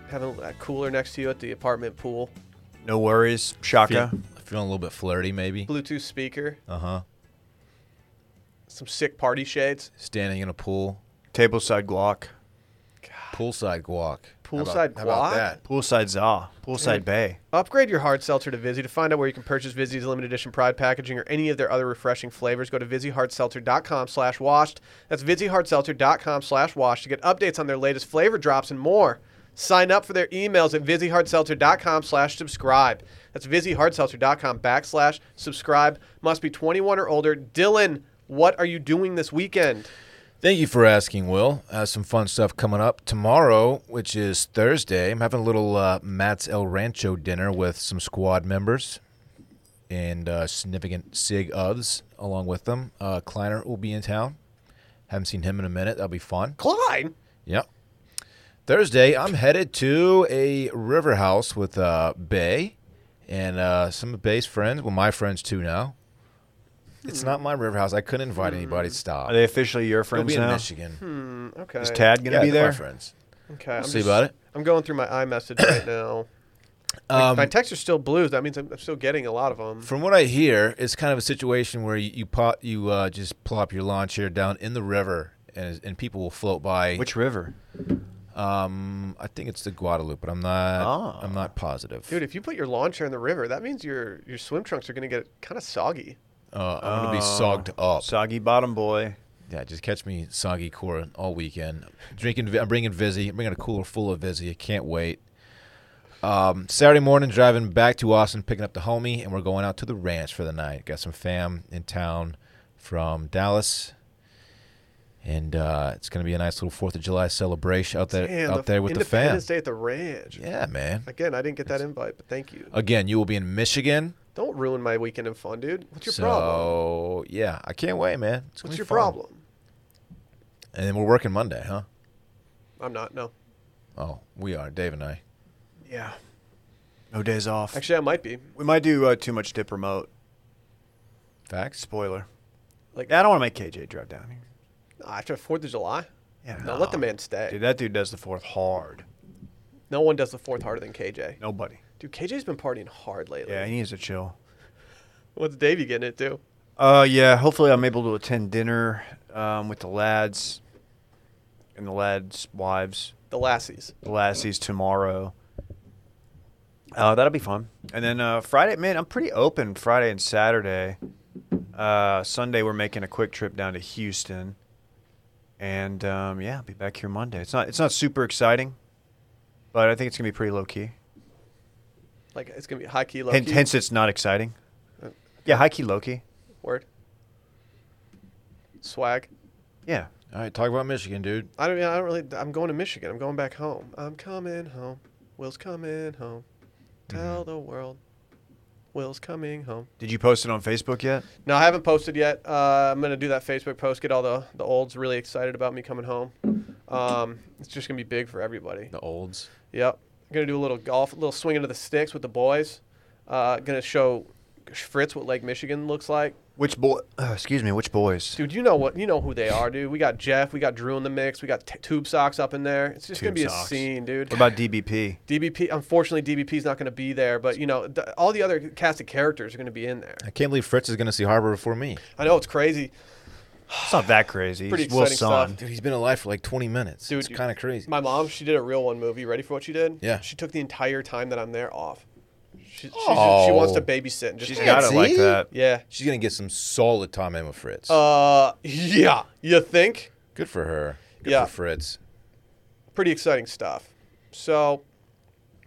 having a cooler next to you at the apartment pool, No worries, Shaka. Feel- Feeling a little bit flirty, maybe. Bluetooth speaker, Uh huh. some sick party shades. Standing in a pool. Tableside guac. Poolside guac. Poolside how about Quad? that? Poolside Za, Poolside Bay. Upgrade your hard seltzer to Vizzy. To find out where you can purchase Vizzy's limited edition pride packaging or any of their other refreshing flavors, go to VizzyHardSeltzer.com slash washed. That's VizzyHardSeltzer.com slash washed to get updates on their latest flavor drops and more. Sign up for their emails at VizzyHardSeltzer.com slash subscribe. That's VizzyHardSeltzer.com backslash subscribe. Must be 21 or older. Dylan, what are you doing this weekend? Thank you for asking, Will. Uh, some fun stuff coming up tomorrow, which is Thursday. I'm having a little uh, Matt's El Rancho dinner with some squad members and uh, significant sig ofs along with them. Uh, Kleiner will be in town. Haven't seen him in a minute. That'll be fun. Klein? Yep. Thursday, I'm headed to a river house with uh, Bay and uh, some of Bay's friends. Well, my friends too now. It's not my river house. I couldn't invite anybody. Stop. Hmm. Are they officially your They'll friends be in now? Michigan. Okay. Is Tad gonna Yeah, be they're there? My friends. Okay. I'm see about it. I'm going through my iMessage right now. Um, my texts are still blues. That means I'm, I'm still getting a lot of them. From what I hear, it's kind of a situation where you you, pop, you uh, just plop your lawn chair down in the river, and and people will float by. Which river? um, I think it's the Guadalupe, but I'm not. Ah. I'm not positive. Dude, if you put your lawn chair in the river, that means your your swim trunks are going to get kind of soggy. uh, I'm gonna be sogged up. Soggy Bottom Boy. yeah, just catch me soggy core all weekend. Drinking. Vi- I'm bringing Vizzy. I'm bringing a cooler full of Vizzy. I can't wait. Um, Saturday morning, driving back to Austin, picking up the homie, and we're going out to the ranch for the night. Got some fam in town from Dallas, and uh, it's gonna be a nice little Fourth of July celebration out there, Man, out there with the fam. Independence Day at the ranch. Yeah, man. Again, I didn't get that invite, but thank you. Again, you will be in Michigan, Don't ruin my weekend and fun, dude. What's your so problem? yeah, I can't wait, man. It's gonna What's be your fun. problem? And then we're working Monday, huh? I'm not. No. Oh, we are, Dave and I. Yeah. No days off. Actually, I might be. we might do uh, too much dip remote. Facts. Spoiler. Like- Like, I don't want to make KJ drive down here. Ah, After Fourth of July. Yeah, No, let the man stay. Dude, that dude does the fourth hard. No one does the fourth harder than KJ. Nobody. Dude, KJ's been partying hard lately. Yeah, he needs to chill. What's Davey getting into? Uh, yeah. Hopefully, I'm able to attend dinner um, with the lads and the lads' wives, The lassies. the lassies tomorrow. Uh, that'll be fun. And then uh, Friday, man, I'm pretty open Friday and Saturday. Uh, Sunday, we're making a quick trip down to Houston, and um, yeah, I'll be back here Monday. It's not it's not super exciting, but I think it's gonna be pretty low key. Like it's gonna be high key, low Hence, key. hence it's not exciting. Uh, Yeah, high key, low key. Word. Swag. Yeah. All right, talk about Michigan, dude. I don't. I don't really. I'm going to Michigan. I'm going back home. I'm coming home. Will's coming home. Tell the world. Will's coming home. Did you post it on Facebook yet? No, I haven't posted yet. Uh, I'm gonna do that Facebook post. Get all the the olds really excited about me coming home. Um, it's just gonna be big for everybody. The olds. Yep. I'm gonna do a little golf, a little swing into the sticks with the boys. Uh, gonna show Fritz what Lake Michigan looks like. Which boy? Uh, excuse me. Which boys? Dude, you know what? You know who they are, dude. We got Jeff. We got Drew in the mix. We got t- Tube Socks up in there. It's just gonna Tube be a Socks. scene, dude. What about DBP? DBP, unfortunately, DBP is not going to be there, but you know, th- all the other cast of characters are going to be in there. I can't believe Fritz is going to see Harbor before me. I know it's crazy. It's not that crazy. Pretty It's Will exciting stuff. Son. Dude, he's been alive for like 20 minutes. Dude, it's you- kind of crazy. My mom, she did a real one movie. Ready for what she did? Yeah. She took the entire time that I'm there off. She, she, she Oh. wants to babysit and just She's hang got out. it like see? that. Yeah. She's going to get some solid time in with Fritz. Uh, yeah. You think? Good for her. Good yeah. for Fritz. Pretty exciting stuff. So,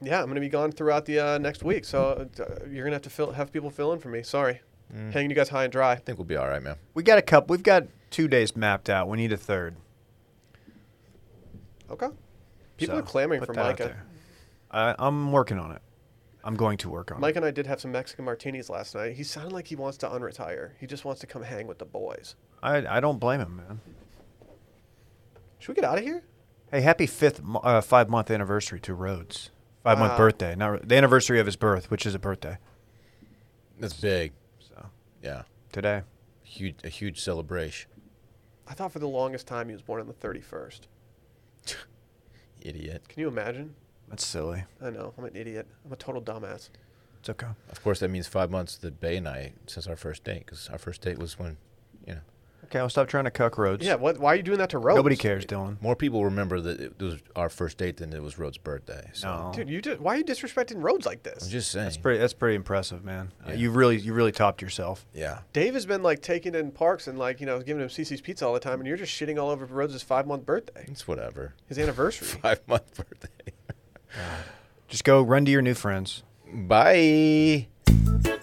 yeah, I'm going to be gone throughout the uh, next week. So uh, you're going to have to fill, have people fill in for me. Sorry, Mm. hanging you guys high and dry. I think we'll be all right, man. We got a couple. We've got two days mapped out. We need a third. Okay. People So, are clamoring put for that out Micah. there. I, I'm working on it. I'm going to work on Mike and I did have some Mexican martinis last night. He sounded like he wants to unretire. He just wants to come hang with the boys. it. I, I don't blame him, man. Should we get out of here? Hey, happy fifth mo- uh, five month anniversary to Rhodes. Five month Wow. birthday. Not re- the anniversary of his birth, which is a birthday. That's big. So Yeah. today. Huge, a huge celebration. I thought for the longest time he was born on the 31st. Idiot. Can you imagine? That's silly. I know. I'm an idiot. I'm a total dumbass. It's okay. Of course, that means five months that Bay and I since our first date, because our first date was when, you know, Okay, I'll stop trying to cuck roads. Yeah, what, why are you doing that to Rhodes? Nobody cares, Dylan. More people remember that it was our first date than it was Rhodes' birthday. So No. Dude, you just, why are you disrespecting Rhodes like I'm this? just saying. That's pretty. That's pretty impressive, man. Uh, you really, you really topped yourself. yeah. Dave has been like taking in parks and like, you know, giving him CC's pizza all the time, and you're just shitting all over Rhodes' five month birthday, It's whatever. his anniversary. Five month birthday. Just go run to your new friends. Bye. Tell